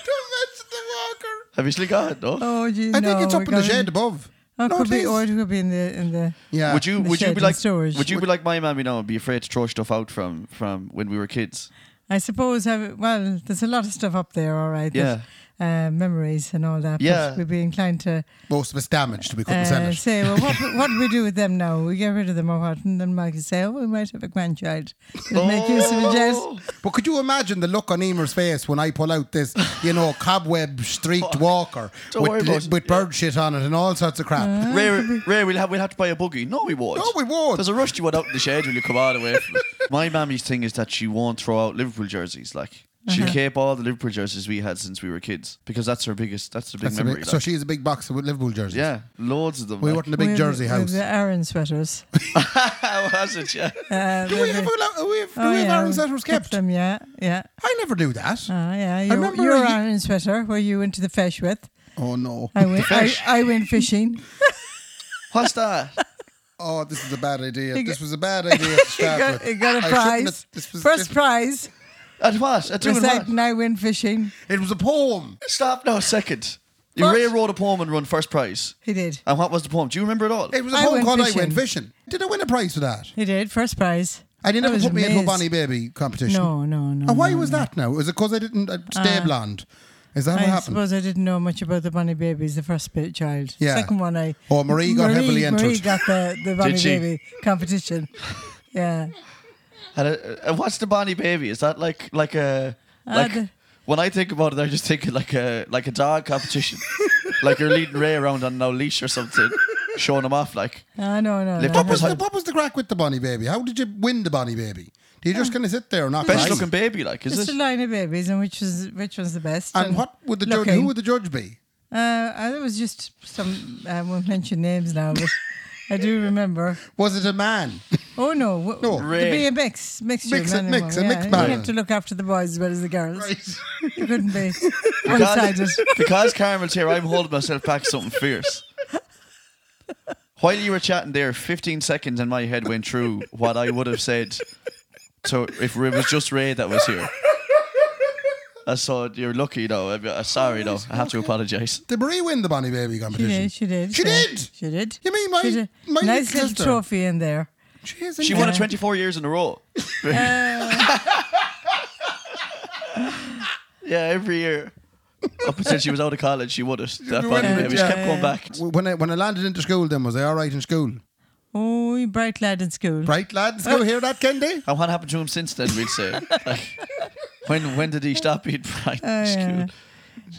[SPEAKER 4] Don't mention the walker.
[SPEAKER 3] Have you still got it? No.
[SPEAKER 5] Oh, you
[SPEAKER 4] I
[SPEAKER 5] know,
[SPEAKER 4] think it's up
[SPEAKER 5] we
[SPEAKER 4] in the
[SPEAKER 5] gotta-
[SPEAKER 4] shed above.
[SPEAKER 5] Oh, it
[SPEAKER 4] No,
[SPEAKER 5] could
[SPEAKER 4] it
[SPEAKER 5] be,
[SPEAKER 4] is.
[SPEAKER 5] or it could be in the in the.
[SPEAKER 4] Yeah.
[SPEAKER 3] would you
[SPEAKER 5] in the
[SPEAKER 3] would you
[SPEAKER 5] shed
[SPEAKER 3] be
[SPEAKER 5] in
[SPEAKER 3] like
[SPEAKER 5] storage.
[SPEAKER 3] would you be like my mammy now and be afraid to throw stuff out from from when we were kids?
[SPEAKER 5] I suppose. I, well, there's a lot of stuff up there. All right. that, uh, memories and all that.
[SPEAKER 3] Yeah.
[SPEAKER 5] But we'd be inclined to
[SPEAKER 4] Most of us damaged. We couldn't sell
[SPEAKER 5] uh,
[SPEAKER 4] it.
[SPEAKER 5] say, well, what,
[SPEAKER 4] [laughs]
[SPEAKER 5] what do we do with them now? We get rid of them or what? And then Mike would say, oh, we might have a grandchild. We'll make use
[SPEAKER 4] Oh.
[SPEAKER 5] of it, yes.
[SPEAKER 4] But could you imagine the look on Emer's face when I pull out this,
[SPEAKER 3] [laughs]
[SPEAKER 4] you know, cobweb streaked walker
[SPEAKER 3] Don't worry
[SPEAKER 4] with,
[SPEAKER 3] about
[SPEAKER 4] li-
[SPEAKER 3] it.
[SPEAKER 4] with bird shit on it and all sorts of crap?
[SPEAKER 5] Uh,
[SPEAKER 3] Ray, Ray, we'll have we'll have to buy a buggy. No, we won't.
[SPEAKER 4] No, we won't.
[SPEAKER 3] There's a rusty one out in the shed when you come out away.
[SPEAKER 4] [laughs]
[SPEAKER 3] From it. My mammy's thing is that she won't throw out Liverpool jerseys. Like she'll
[SPEAKER 4] Uh-huh.
[SPEAKER 3] keep all the Liverpool jerseys we had since we were kids because that's her biggest. That's her big
[SPEAKER 4] That's a
[SPEAKER 3] memory.
[SPEAKER 4] big-
[SPEAKER 3] like.
[SPEAKER 4] so she's a big boxer with Liverpool jerseys.
[SPEAKER 3] yeah, loads of them.
[SPEAKER 4] We
[SPEAKER 3] like.
[SPEAKER 4] weren't in a big
[SPEAKER 5] With-
[SPEAKER 4] jersey
[SPEAKER 5] with
[SPEAKER 4] house.
[SPEAKER 5] The Aaron sweaters.
[SPEAKER 3] [laughs] How was it? Yeah.
[SPEAKER 5] Uh,
[SPEAKER 4] Do we have, a, lo- we have,
[SPEAKER 5] Oh,
[SPEAKER 4] we have
[SPEAKER 5] yeah,
[SPEAKER 4] Aaron
[SPEAKER 5] we
[SPEAKER 4] Setter's kept?
[SPEAKER 5] them, yeah, yeah.
[SPEAKER 4] I never knew that.
[SPEAKER 5] Ah, yeah. Your,
[SPEAKER 4] remember
[SPEAKER 5] your
[SPEAKER 4] a ye-
[SPEAKER 5] Aaron sweater were you into the fish with.
[SPEAKER 4] oh, no.
[SPEAKER 5] I went, I,
[SPEAKER 3] fish?
[SPEAKER 5] I went fishing.
[SPEAKER 3] What's that?
[SPEAKER 4] Oh, this is a bad
[SPEAKER 5] [laughs]
[SPEAKER 4] idea.
[SPEAKER 5] It-
[SPEAKER 4] This was a bad idea to start
[SPEAKER 5] got,
[SPEAKER 4] with.
[SPEAKER 5] it got a
[SPEAKER 4] I shouldn't
[SPEAKER 5] prize.
[SPEAKER 4] have- this was,
[SPEAKER 5] First
[SPEAKER 4] this-
[SPEAKER 5] prize
[SPEAKER 3] At what? At doing
[SPEAKER 5] was
[SPEAKER 3] what?
[SPEAKER 5] like, and I went fishing.
[SPEAKER 4] it was a poem.
[SPEAKER 3] Stop now, second.
[SPEAKER 5] What?
[SPEAKER 3] Ray wrote a poem and won first prize.
[SPEAKER 5] He did.
[SPEAKER 4] Uh,
[SPEAKER 3] And what was the poem? Do you remember it all?
[SPEAKER 4] It was a
[SPEAKER 5] I
[SPEAKER 4] poem
[SPEAKER 5] went
[SPEAKER 4] called I
[SPEAKER 5] fishing.
[SPEAKER 4] Went Fishing. Did I win a prize for that?
[SPEAKER 5] He did. First prize.
[SPEAKER 4] And you
[SPEAKER 5] I
[SPEAKER 4] never
[SPEAKER 5] was
[SPEAKER 4] put me into a
[SPEAKER 5] amazed.
[SPEAKER 4] Bonnie Baby competition.
[SPEAKER 5] No, no, no.
[SPEAKER 4] And why
[SPEAKER 5] no,
[SPEAKER 4] was
[SPEAKER 5] no.
[SPEAKER 4] that now? Was it because I didn't uh, stay blonde? Is that
[SPEAKER 5] I
[SPEAKER 4] what happened?
[SPEAKER 5] suppose I didn't know much about the bunny babies, the first bit child.
[SPEAKER 4] Yeah.
[SPEAKER 5] Second one, I.
[SPEAKER 4] Oh, Marie got heavily entered.
[SPEAKER 5] Marie got the, the bunny
[SPEAKER 3] she?
[SPEAKER 5] baby competition. Yeah.
[SPEAKER 3] And, uh, uh, what's the Bonnie Baby? Is that like like a like
[SPEAKER 5] the-
[SPEAKER 3] when I think about it, I just think of like a like a dog [laughs] competition, like you're leading Ray around on no leash or something, showing him off. Like
[SPEAKER 5] I no, no.
[SPEAKER 3] Lift
[SPEAKER 5] no.
[SPEAKER 3] up
[SPEAKER 4] What was, the,
[SPEAKER 3] Hard-
[SPEAKER 4] what was the crack with the Bonnie Baby? How did you win the Bonnie Baby? Do you just kind of sit there and not
[SPEAKER 3] best
[SPEAKER 4] cry?
[SPEAKER 3] looking baby, like is
[SPEAKER 5] Just a
[SPEAKER 3] it?
[SPEAKER 5] line of babies, and which was which was the best.
[SPEAKER 4] And what would the judge?
[SPEAKER 5] looking.
[SPEAKER 4] Who would the judge be?
[SPEAKER 5] Uh, I, there was just some. I won't mention names now, but I do remember.
[SPEAKER 4] Was it a man?
[SPEAKER 5] Oh no, w-
[SPEAKER 4] No.
[SPEAKER 5] There'd be a mix, mixture,
[SPEAKER 4] Mix
[SPEAKER 5] of
[SPEAKER 4] and
[SPEAKER 5] men
[SPEAKER 4] mix, a
[SPEAKER 5] women.
[SPEAKER 4] mixed
[SPEAKER 5] yeah, you
[SPEAKER 4] bag.
[SPEAKER 5] have to look after the boys as well as the girls.
[SPEAKER 4] Right.
[SPEAKER 5] You couldn't be one-sided.
[SPEAKER 3] Because, [laughs] because Carmel's here, I'm holding myself back something fierce. While you were chatting there, 15 seconds in my head went through what I would have said. So if it was just Ray that was here. I saw you're lucky though. I'm uh, sorry though. I have to apologise.
[SPEAKER 4] [laughs] Did Marie win the Bonnie Baby
[SPEAKER 5] She
[SPEAKER 4] competition?
[SPEAKER 5] did. She did.
[SPEAKER 4] She
[SPEAKER 5] yeah.
[SPEAKER 4] did?
[SPEAKER 5] She did.
[SPEAKER 4] You mean my-
[SPEAKER 5] She did.
[SPEAKER 4] my
[SPEAKER 5] nice
[SPEAKER 4] little
[SPEAKER 5] little
[SPEAKER 4] sister?
[SPEAKER 5] trophy in there?
[SPEAKER 4] She is
[SPEAKER 3] She
[SPEAKER 4] in-
[SPEAKER 3] won it 24 years in a row.
[SPEAKER 4] Uh.
[SPEAKER 3] yeah, every year. Up until she was out of college, she would it. That
[SPEAKER 4] won
[SPEAKER 3] funny
[SPEAKER 4] it,
[SPEAKER 3] baby. She
[SPEAKER 4] yeah.
[SPEAKER 3] kept going back.
[SPEAKER 4] When I when I landed into school, then was I all right in school?
[SPEAKER 5] Oh, you bright lad in school.
[SPEAKER 4] Bright lad in school, hear that, Kendi?
[SPEAKER 3] And what happened to him since then, we'd say. Like, when when did he stop being bright
[SPEAKER 4] Oh,
[SPEAKER 3] in
[SPEAKER 5] yeah.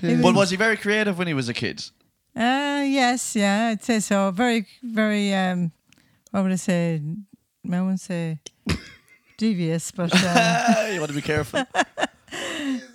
[SPEAKER 3] school? But was he very creative when he was a kid?
[SPEAKER 5] Uh, yes, yeah, I'd say so. Very, very. Um, what would I say? I
[SPEAKER 4] [laughs]
[SPEAKER 5] wouldn't say devious, but uh,
[SPEAKER 3] Ah, you want to be careful.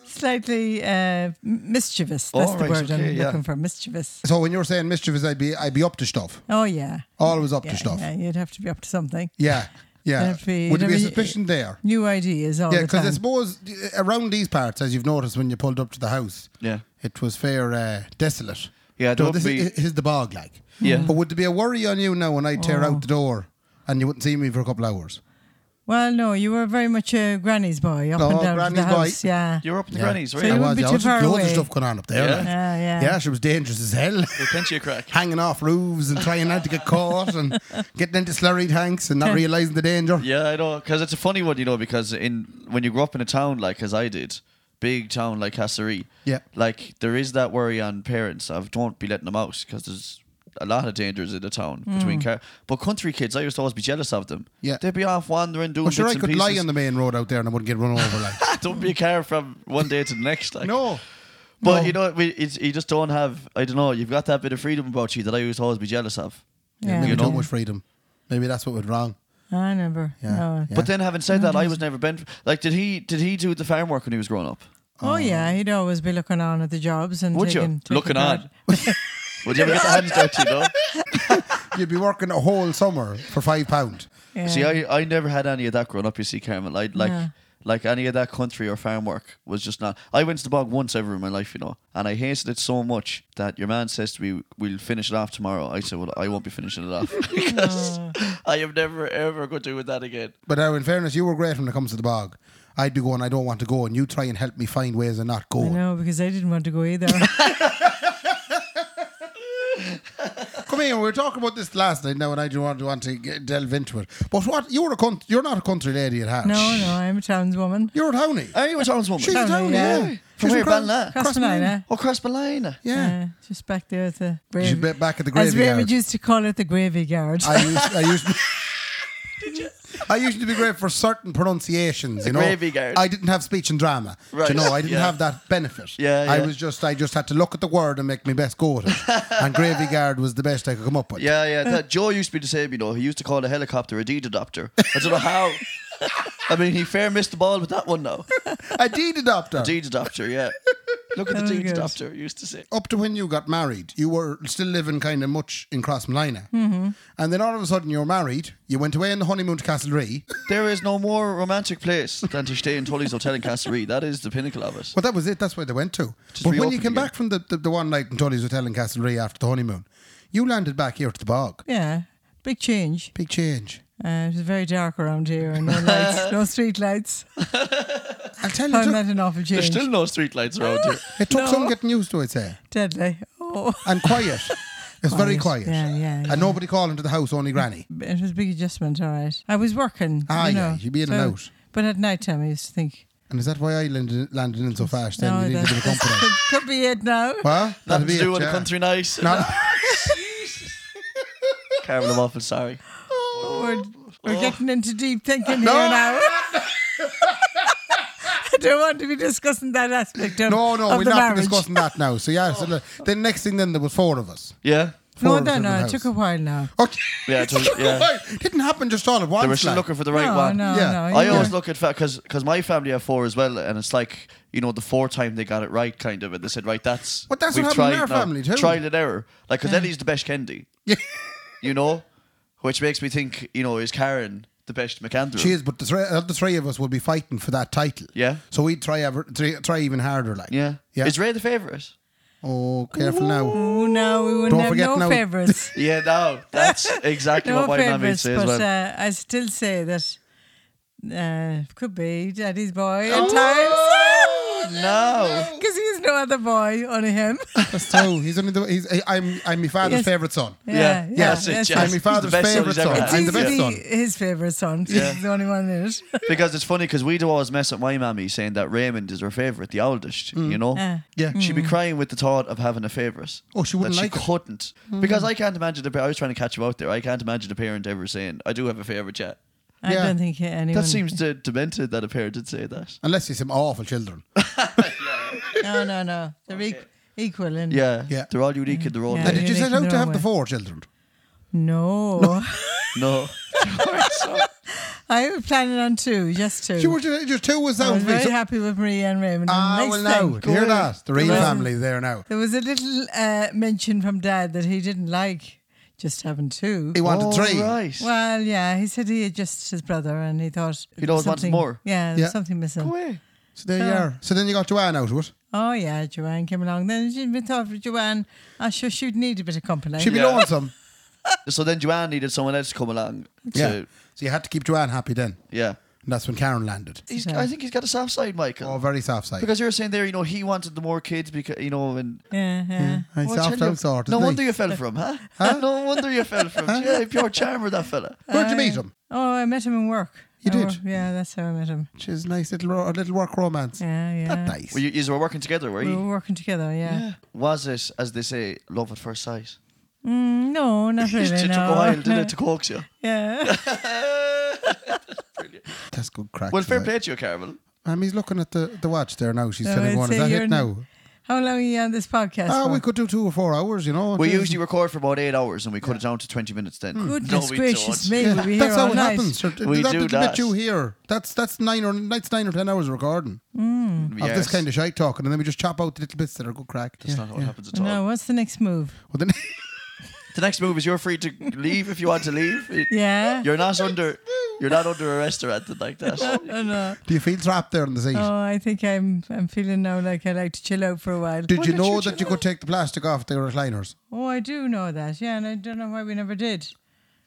[SPEAKER 5] slightly uh, mischievous. That's
[SPEAKER 3] Oh,
[SPEAKER 5] the
[SPEAKER 3] right,
[SPEAKER 5] word
[SPEAKER 3] okay,
[SPEAKER 5] I'm
[SPEAKER 3] yeah.
[SPEAKER 5] looking for. Mischievous.
[SPEAKER 4] So when you were saying mischievous, I'd be I'd be up to stuff.
[SPEAKER 5] Oh yeah.
[SPEAKER 4] Always up
[SPEAKER 5] Yeah,
[SPEAKER 4] to stuff.
[SPEAKER 5] yeah, you'd have to be up to something.
[SPEAKER 4] Yeah, yeah.
[SPEAKER 5] That'd be-
[SPEAKER 4] Would there be a
[SPEAKER 5] that'd be-
[SPEAKER 4] suspicion there?
[SPEAKER 5] New ideas all
[SPEAKER 4] Yeah,
[SPEAKER 5] the
[SPEAKER 4] because I
[SPEAKER 5] time.
[SPEAKER 4] suppose uh, around these parts, as you've noticed when you pulled up to the house,
[SPEAKER 3] Yeah.
[SPEAKER 4] it was fair uh, desolate.
[SPEAKER 3] Yeah,
[SPEAKER 4] so
[SPEAKER 3] don't
[SPEAKER 4] this
[SPEAKER 3] be-
[SPEAKER 4] is, is the bog like.
[SPEAKER 3] Yeah.
[SPEAKER 4] But would there be a worry on you now when I tear out the door and you wouldn't see me for a couple hours?
[SPEAKER 5] Well, no, you were very much a granny's boy up
[SPEAKER 4] Oh,
[SPEAKER 5] and down to
[SPEAKER 4] granny's
[SPEAKER 5] the
[SPEAKER 4] boy.
[SPEAKER 5] house. Yeah.
[SPEAKER 3] You're up in the
[SPEAKER 4] Yeah.
[SPEAKER 3] grannies,
[SPEAKER 5] So
[SPEAKER 4] I
[SPEAKER 5] you-
[SPEAKER 3] right?
[SPEAKER 5] wouldn't
[SPEAKER 4] was.
[SPEAKER 5] be
[SPEAKER 4] yeah,
[SPEAKER 5] too
[SPEAKER 4] I was
[SPEAKER 5] far
[SPEAKER 4] loads of
[SPEAKER 5] away.
[SPEAKER 4] stuff going on up there.
[SPEAKER 3] Yeah.
[SPEAKER 4] like.
[SPEAKER 5] Yeah, yeah.
[SPEAKER 4] Yeah, she was dangerous as hell.
[SPEAKER 3] With plenty of crack.
[SPEAKER 4] Hanging off roofs and trying not to get caught and getting into slurry tanks and not realizing the danger.
[SPEAKER 3] Yeah, I know, because it's a funny one, you know, because in when you grow up in a town like as I did, big town like Hasserie,
[SPEAKER 4] Yeah.
[SPEAKER 3] like there is that worry on parents of don't be letting them out because there's a lot of dangers in the town between car. But country kids, I used to always be jealous of them.
[SPEAKER 4] Mm. Yeah.
[SPEAKER 3] they'd be off wandering doing.
[SPEAKER 4] I'm sure
[SPEAKER 3] bits
[SPEAKER 4] I
[SPEAKER 3] and
[SPEAKER 4] could
[SPEAKER 3] [laughs]
[SPEAKER 4] lie
[SPEAKER 3] pieces. [laughs]
[SPEAKER 4] on the main road out there and I wouldn't get run over like.
[SPEAKER 3] Don't be a car from one day to the next. Like
[SPEAKER 4] [laughs] No.
[SPEAKER 3] But
[SPEAKER 4] No.
[SPEAKER 3] you know, what, we, it's, you just don't have. I don't know. You've got that bit of freedom about you that I used to always be jealous of.
[SPEAKER 5] Yeah.
[SPEAKER 4] Maybe
[SPEAKER 3] You know?
[SPEAKER 4] too much freedom. Maybe that's what went wrong.
[SPEAKER 5] I never.
[SPEAKER 4] Yeah.
[SPEAKER 5] no.
[SPEAKER 4] Yeah. Mm.
[SPEAKER 3] But then, having said that, I was never bent. Like, did he? Did he do the farm work when he was growing up?
[SPEAKER 5] Oh yeah, he'd always be looking on at the jobs and
[SPEAKER 3] Would you?
[SPEAKER 5] taking, taking
[SPEAKER 3] Looking
[SPEAKER 5] part.
[SPEAKER 3] on. [laughs] Would you ever get the hands dirty? You know.
[SPEAKER 4] You'd be working a whole summer for five pound.
[SPEAKER 5] Yeah.
[SPEAKER 3] See, I, I never had any of that growing up. You see, Carmen, I like
[SPEAKER 5] No.
[SPEAKER 3] like any of that country or farm work was just not. I went to the bog once ever in my life, you know, and I hated it so much that your man says to me, "We'll finish it off tomorrow." I said, "Well, I won't be finishing it off [laughs] because I am never ever going to do that again."
[SPEAKER 4] But now, in fairness, you were great when it comes to the bog. I'd be going, I don't want to go, and you try and help me find ways of not
[SPEAKER 5] I
[SPEAKER 4] going.
[SPEAKER 5] know because I didn't want to go
[SPEAKER 4] [laughs]
[SPEAKER 5] either.
[SPEAKER 4] Come here, we were talking about this last night now, and I do want to want to get, delve into it. But what you were a country, you're not a country lady at heart.
[SPEAKER 5] no, Uh, no, I'm a townswoman.
[SPEAKER 4] you're a townie.
[SPEAKER 3] Are you a townswoman?
[SPEAKER 4] She's a
[SPEAKER 5] Townie,
[SPEAKER 4] townie,
[SPEAKER 5] yeah.
[SPEAKER 4] yeah.
[SPEAKER 5] From
[SPEAKER 4] She's
[SPEAKER 3] where,
[SPEAKER 4] Cros-
[SPEAKER 3] Ballinagh?
[SPEAKER 5] Crossmina.
[SPEAKER 3] oh, Cross Ballina.
[SPEAKER 4] Yeah.
[SPEAKER 5] Uh, just back there at the
[SPEAKER 4] She's
[SPEAKER 5] grave.
[SPEAKER 4] ba- back at the
[SPEAKER 5] uh, As we
[SPEAKER 4] graveyard.
[SPEAKER 5] used to call it, the graveyard.
[SPEAKER 4] I used, I used.
[SPEAKER 3] [laughs]
[SPEAKER 4] I used to be great for certain pronunciations, you know.
[SPEAKER 3] Graveyard.
[SPEAKER 4] I didn't have speech and drama. Right.
[SPEAKER 3] Right.
[SPEAKER 4] You know, I didn't
[SPEAKER 3] Yeah.
[SPEAKER 4] have that benefit.
[SPEAKER 3] Yeah,
[SPEAKER 4] I
[SPEAKER 3] yeah.
[SPEAKER 4] was just, I just had to look at the word and make my best
[SPEAKER 3] [laughs]
[SPEAKER 4] go at it. and graveyard was the best I could come up with.
[SPEAKER 3] Yeah, yeah. That Joe used to be the same, you know. He used to call a helicopter a deedadopter. I don't know how. I mean, he fair missed the ball with that one, though.
[SPEAKER 4] A deed adopter.
[SPEAKER 3] Deedadopter, yeah. Look at the
[SPEAKER 5] Very good.
[SPEAKER 3] deedadopter, he used to say.
[SPEAKER 4] Up to when you got married, you were still living kind of much in Cross Malina. Mm-hmm. And then all of a sudden you're married, you went away on the honeymoon to Castlereagh.
[SPEAKER 3] There is no more romantic place than to stay in Tully's Hotel in Castlereagh. That is the pinnacle of it.
[SPEAKER 4] Well, that was it. That's where they went to.
[SPEAKER 3] Just
[SPEAKER 4] but when you
[SPEAKER 3] reopened
[SPEAKER 4] came
[SPEAKER 3] again.
[SPEAKER 4] back from the, the, the one night in Tully's Hotel in Castlereagh after the honeymoon, you landed back here to the bog.
[SPEAKER 5] [laughs] yeah, big change.
[SPEAKER 4] Big change.
[SPEAKER 5] Uh, it was very dark around here,
[SPEAKER 4] [laughs]
[SPEAKER 5] and no lights, no street lights. [laughs]
[SPEAKER 4] I'll tell you, it
[SPEAKER 5] Found
[SPEAKER 4] took,
[SPEAKER 5] that an awful
[SPEAKER 3] There's
[SPEAKER 5] change.
[SPEAKER 3] still no streetlights around here.
[SPEAKER 4] it took some getting used to, I'd say.
[SPEAKER 5] Deadly. Oh, [laughs]
[SPEAKER 4] And quiet. It's very
[SPEAKER 5] Quiet.
[SPEAKER 4] quiet.
[SPEAKER 5] Yeah, yeah, yeah.
[SPEAKER 4] And nobody calling to the house, only Granny.
[SPEAKER 5] it was a big adjustment. All right, I was working.
[SPEAKER 4] Ah,
[SPEAKER 5] you
[SPEAKER 4] yeah,
[SPEAKER 5] know,
[SPEAKER 4] you'd be in and out.
[SPEAKER 5] But at night time, I used to think,
[SPEAKER 4] And is that why I landed, landed in so fast? Then
[SPEAKER 5] no,
[SPEAKER 4] you need
[SPEAKER 5] that
[SPEAKER 4] a bit of
[SPEAKER 5] this [laughs]
[SPEAKER 4] company.
[SPEAKER 5] could, could be it now.
[SPEAKER 4] well, that'll
[SPEAKER 3] Nothing
[SPEAKER 4] be
[SPEAKER 3] to do
[SPEAKER 4] it,
[SPEAKER 3] with a
[SPEAKER 4] yeah.
[SPEAKER 3] country night. [laughs]
[SPEAKER 4] Not-
[SPEAKER 3] Carmen, I'm awful sorry.
[SPEAKER 5] We're,
[SPEAKER 4] Oh.
[SPEAKER 5] we're getting into deep thinking here now. [laughs] I don't want to be discussing that aspect of
[SPEAKER 4] No, no,
[SPEAKER 5] of
[SPEAKER 4] we'll
[SPEAKER 5] the
[SPEAKER 4] not
[SPEAKER 5] marriage.
[SPEAKER 4] be discussing that now. So yeah, so the, the next thing then there was four of us.
[SPEAKER 3] Yeah?
[SPEAKER 5] No,
[SPEAKER 4] Four of
[SPEAKER 5] no,
[SPEAKER 4] us
[SPEAKER 5] no.
[SPEAKER 4] in the
[SPEAKER 5] It took a
[SPEAKER 4] house.
[SPEAKER 5] while now.
[SPEAKER 4] Okay.
[SPEAKER 3] Yeah,
[SPEAKER 4] [laughs]
[SPEAKER 3] it took- yeah.
[SPEAKER 4] Right. Didn't happen just all at once.
[SPEAKER 3] They were still
[SPEAKER 4] like.
[SPEAKER 3] looking for the right
[SPEAKER 5] no,
[SPEAKER 3] one.
[SPEAKER 5] no,
[SPEAKER 4] Yeah.
[SPEAKER 5] no.
[SPEAKER 3] I
[SPEAKER 5] you
[SPEAKER 3] always
[SPEAKER 5] know.
[SPEAKER 3] look at because because my family have four as well, and it's like you know the four time they got it right, kind of, and they said right that's.
[SPEAKER 4] But that's
[SPEAKER 3] we've
[SPEAKER 4] what happened in
[SPEAKER 3] tried
[SPEAKER 4] our
[SPEAKER 3] now.
[SPEAKER 4] family too.
[SPEAKER 3] Trial and error, like because Eddie's the best Kendi,
[SPEAKER 4] Yeah.
[SPEAKER 3] you know, which makes me think you know is Karen the best McAndrew?
[SPEAKER 4] She is, but the three, uh, the three of us would be fighting for that title.
[SPEAKER 3] Yeah.
[SPEAKER 4] So we'd try ever, try, try even harder, like.
[SPEAKER 3] Yeah.
[SPEAKER 4] Yeah.
[SPEAKER 3] Is Ray the favourite?
[SPEAKER 4] oh, careful now.
[SPEAKER 5] Oh no, we wouldn't
[SPEAKER 4] Don't
[SPEAKER 5] have
[SPEAKER 4] forget
[SPEAKER 5] no
[SPEAKER 4] now- [laughs]
[SPEAKER 5] favourites.
[SPEAKER 3] Yeah, no, that's exactly
[SPEAKER 5] no
[SPEAKER 3] what my mum would
[SPEAKER 5] favourites,
[SPEAKER 3] say
[SPEAKER 5] but
[SPEAKER 3] as well.
[SPEAKER 5] uh, I still say that uh, could be daddy's boy
[SPEAKER 4] Oh!
[SPEAKER 5] at times. [laughs]
[SPEAKER 3] no.
[SPEAKER 5] Because he's no other boy,
[SPEAKER 4] [laughs]
[SPEAKER 5] only him.
[SPEAKER 4] That's true. He's only the, he's, I- I'm, I'm my father's
[SPEAKER 5] Yes.
[SPEAKER 4] favourite son.
[SPEAKER 5] Yeah,
[SPEAKER 3] Yeah,
[SPEAKER 5] yeah,
[SPEAKER 3] that's it,
[SPEAKER 5] that's
[SPEAKER 3] yeah.
[SPEAKER 4] I'm
[SPEAKER 5] it.
[SPEAKER 4] my
[SPEAKER 3] He's the
[SPEAKER 4] father's
[SPEAKER 3] best son
[SPEAKER 4] favourite
[SPEAKER 3] he's ever
[SPEAKER 4] son.
[SPEAKER 3] had.
[SPEAKER 4] I'm the
[SPEAKER 5] He's
[SPEAKER 4] best
[SPEAKER 5] really
[SPEAKER 4] son.
[SPEAKER 5] his favourite son.
[SPEAKER 3] Yeah.
[SPEAKER 5] He's the only one in it.
[SPEAKER 3] Because it's funny because we do always mess up my mammy saying that Raymond is her favourite, the oldest, you know?
[SPEAKER 5] Yeah.
[SPEAKER 4] Mm. Yeah.
[SPEAKER 3] She'd be crying with the thought of having a favourite.
[SPEAKER 4] Oh, she wouldn't
[SPEAKER 3] that
[SPEAKER 4] like it.
[SPEAKER 3] she couldn't. Because I can't imagine the pa- I was trying to catch him out there. I can't imagine a parent ever saying, I do have a favourite yet.
[SPEAKER 5] I
[SPEAKER 4] Yeah.
[SPEAKER 5] don't think anyone.
[SPEAKER 3] That seems de- demented that a parent would say that.
[SPEAKER 4] Unless he's some awful children.
[SPEAKER 5] No, no, no. They're equ- equal. And
[SPEAKER 3] Yeah.
[SPEAKER 4] Yeah.
[SPEAKER 3] They're all unique in their own
[SPEAKER 5] Yeah.
[SPEAKER 4] Now,
[SPEAKER 3] way.
[SPEAKER 4] did you
[SPEAKER 5] unique
[SPEAKER 4] set
[SPEAKER 5] in
[SPEAKER 4] out
[SPEAKER 5] their
[SPEAKER 4] to
[SPEAKER 5] own
[SPEAKER 4] have the
[SPEAKER 5] way.
[SPEAKER 4] four children?
[SPEAKER 5] No.
[SPEAKER 4] [laughs]
[SPEAKER 3] No.
[SPEAKER 5] [laughs] I was planning on two, just two.
[SPEAKER 4] You were just, just two was
[SPEAKER 5] I
[SPEAKER 4] out.
[SPEAKER 5] was very
[SPEAKER 4] so-
[SPEAKER 5] happy with Maria and Raymond.
[SPEAKER 4] Ah,
[SPEAKER 5] and
[SPEAKER 4] well,
[SPEAKER 5] next
[SPEAKER 4] now.
[SPEAKER 5] thing,
[SPEAKER 4] do you Hear that? The real
[SPEAKER 5] Well-
[SPEAKER 4] family there now.
[SPEAKER 5] There was a little uh, mention from Dad that he didn't like just having two.
[SPEAKER 4] He wanted
[SPEAKER 3] All
[SPEAKER 4] three.
[SPEAKER 3] right.
[SPEAKER 5] Well, yeah, he said he had just his brother, and he thought
[SPEAKER 3] He'd always wanted
[SPEAKER 5] something-
[SPEAKER 3] more.
[SPEAKER 5] Yeah, there
[SPEAKER 4] Yeah.
[SPEAKER 5] was something missing.
[SPEAKER 3] Way.
[SPEAKER 4] So there you are. So then you got Joanne out of it.
[SPEAKER 5] Oh yeah, Joanne came along. Then she we thought for Joanne, I sure she'd need a bit of company.
[SPEAKER 4] She'd be
[SPEAKER 3] Yeah. [laughs]
[SPEAKER 4] lonesome.
[SPEAKER 3] So then Joanne needed someone else to come along.
[SPEAKER 4] Yeah.
[SPEAKER 3] To,
[SPEAKER 4] So you had to keep Joanne happy then.
[SPEAKER 3] yeah.
[SPEAKER 4] And that's when Karen landed.
[SPEAKER 3] He's,
[SPEAKER 5] Yeah.
[SPEAKER 3] I think he's got a soft side, Michael.
[SPEAKER 4] Oh, very soft side.
[SPEAKER 3] Because you were saying there, you know, he wanted the more kids because you know, and
[SPEAKER 5] yeah, yeah.
[SPEAKER 4] I
[SPEAKER 3] Well, I
[SPEAKER 4] soft
[SPEAKER 3] tell you,
[SPEAKER 4] out sort.
[SPEAKER 3] No
[SPEAKER 4] isn't he?
[SPEAKER 3] wonder you fell from, huh? [laughs] no wonder you fell from. Yeah, pure charmer that fella.
[SPEAKER 4] Where'd you meet him?
[SPEAKER 5] Oh, I met him in work.
[SPEAKER 4] You
[SPEAKER 5] I
[SPEAKER 4] did?
[SPEAKER 5] wor- yeah, that's how I met him.
[SPEAKER 4] She's nice little ro- a little work romance.
[SPEAKER 5] Yeah, yeah.
[SPEAKER 4] That nice.
[SPEAKER 3] Well, you, you were working together, were
[SPEAKER 5] We
[SPEAKER 3] you?
[SPEAKER 5] were working together. Yeah.
[SPEAKER 3] Was it, as they say, love at first sight?
[SPEAKER 5] Mm,
[SPEAKER 4] [laughs]
[SPEAKER 5] no, not really.
[SPEAKER 3] it took
[SPEAKER 5] no.
[SPEAKER 3] a while, didn't it, to coax you?
[SPEAKER 5] [laughs] yeah.
[SPEAKER 4] That's good crack.
[SPEAKER 3] Well, fair
[SPEAKER 4] isn't it?
[SPEAKER 3] play to you, Carmel.
[SPEAKER 4] Um, he's looking at the, the watch there now. She's
[SPEAKER 5] No,
[SPEAKER 4] telling
[SPEAKER 5] I'd
[SPEAKER 4] one. Is
[SPEAKER 5] say
[SPEAKER 4] that
[SPEAKER 5] you're
[SPEAKER 4] it
[SPEAKER 5] n-
[SPEAKER 4] now?
[SPEAKER 5] How long are you on this podcast?
[SPEAKER 4] Ah,
[SPEAKER 5] for?
[SPEAKER 4] we could do two or four hours, you know.
[SPEAKER 3] We
[SPEAKER 5] Hmm.
[SPEAKER 4] Just-
[SPEAKER 3] usually record for about eight hours and we cut it down to 20 minutes then.
[SPEAKER 5] Goodness
[SPEAKER 3] we
[SPEAKER 5] gracious
[SPEAKER 3] don't.
[SPEAKER 5] me,
[SPEAKER 4] Yeah,
[SPEAKER 5] we'll be here
[SPEAKER 4] that's how
[SPEAKER 5] all
[SPEAKER 4] it
[SPEAKER 5] night.
[SPEAKER 4] happens. Sir. Th-
[SPEAKER 3] We
[SPEAKER 4] that
[SPEAKER 3] do
[SPEAKER 4] little
[SPEAKER 3] that.
[SPEAKER 4] bit you hear, that's that's nine or that's nine or ten hours of recording of
[SPEAKER 3] Yes.
[SPEAKER 4] this kind of shite talking, and then we just chop out the little bits that are good crack.
[SPEAKER 3] That's not what happens at all.
[SPEAKER 5] Now, what's the next move?
[SPEAKER 4] Well, then, [laughs]
[SPEAKER 3] The next move is you're free to leave if you want to leave. It-
[SPEAKER 4] [laughs]
[SPEAKER 5] [laughs] Yeah.
[SPEAKER 3] You're not under you're not under arrest or anything like that.
[SPEAKER 5] oh, [laughs] no.
[SPEAKER 4] do you feel trapped there in the seat?
[SPEAKER 5] oh, I think I'm I'm feeling now like I like to chill out for a while.
[SPEAKER 4] Did you know that you could take the plastic off the recliners?
[SPEAKER 5] Oh, I do know that. Yeah, and I don't know why we never did.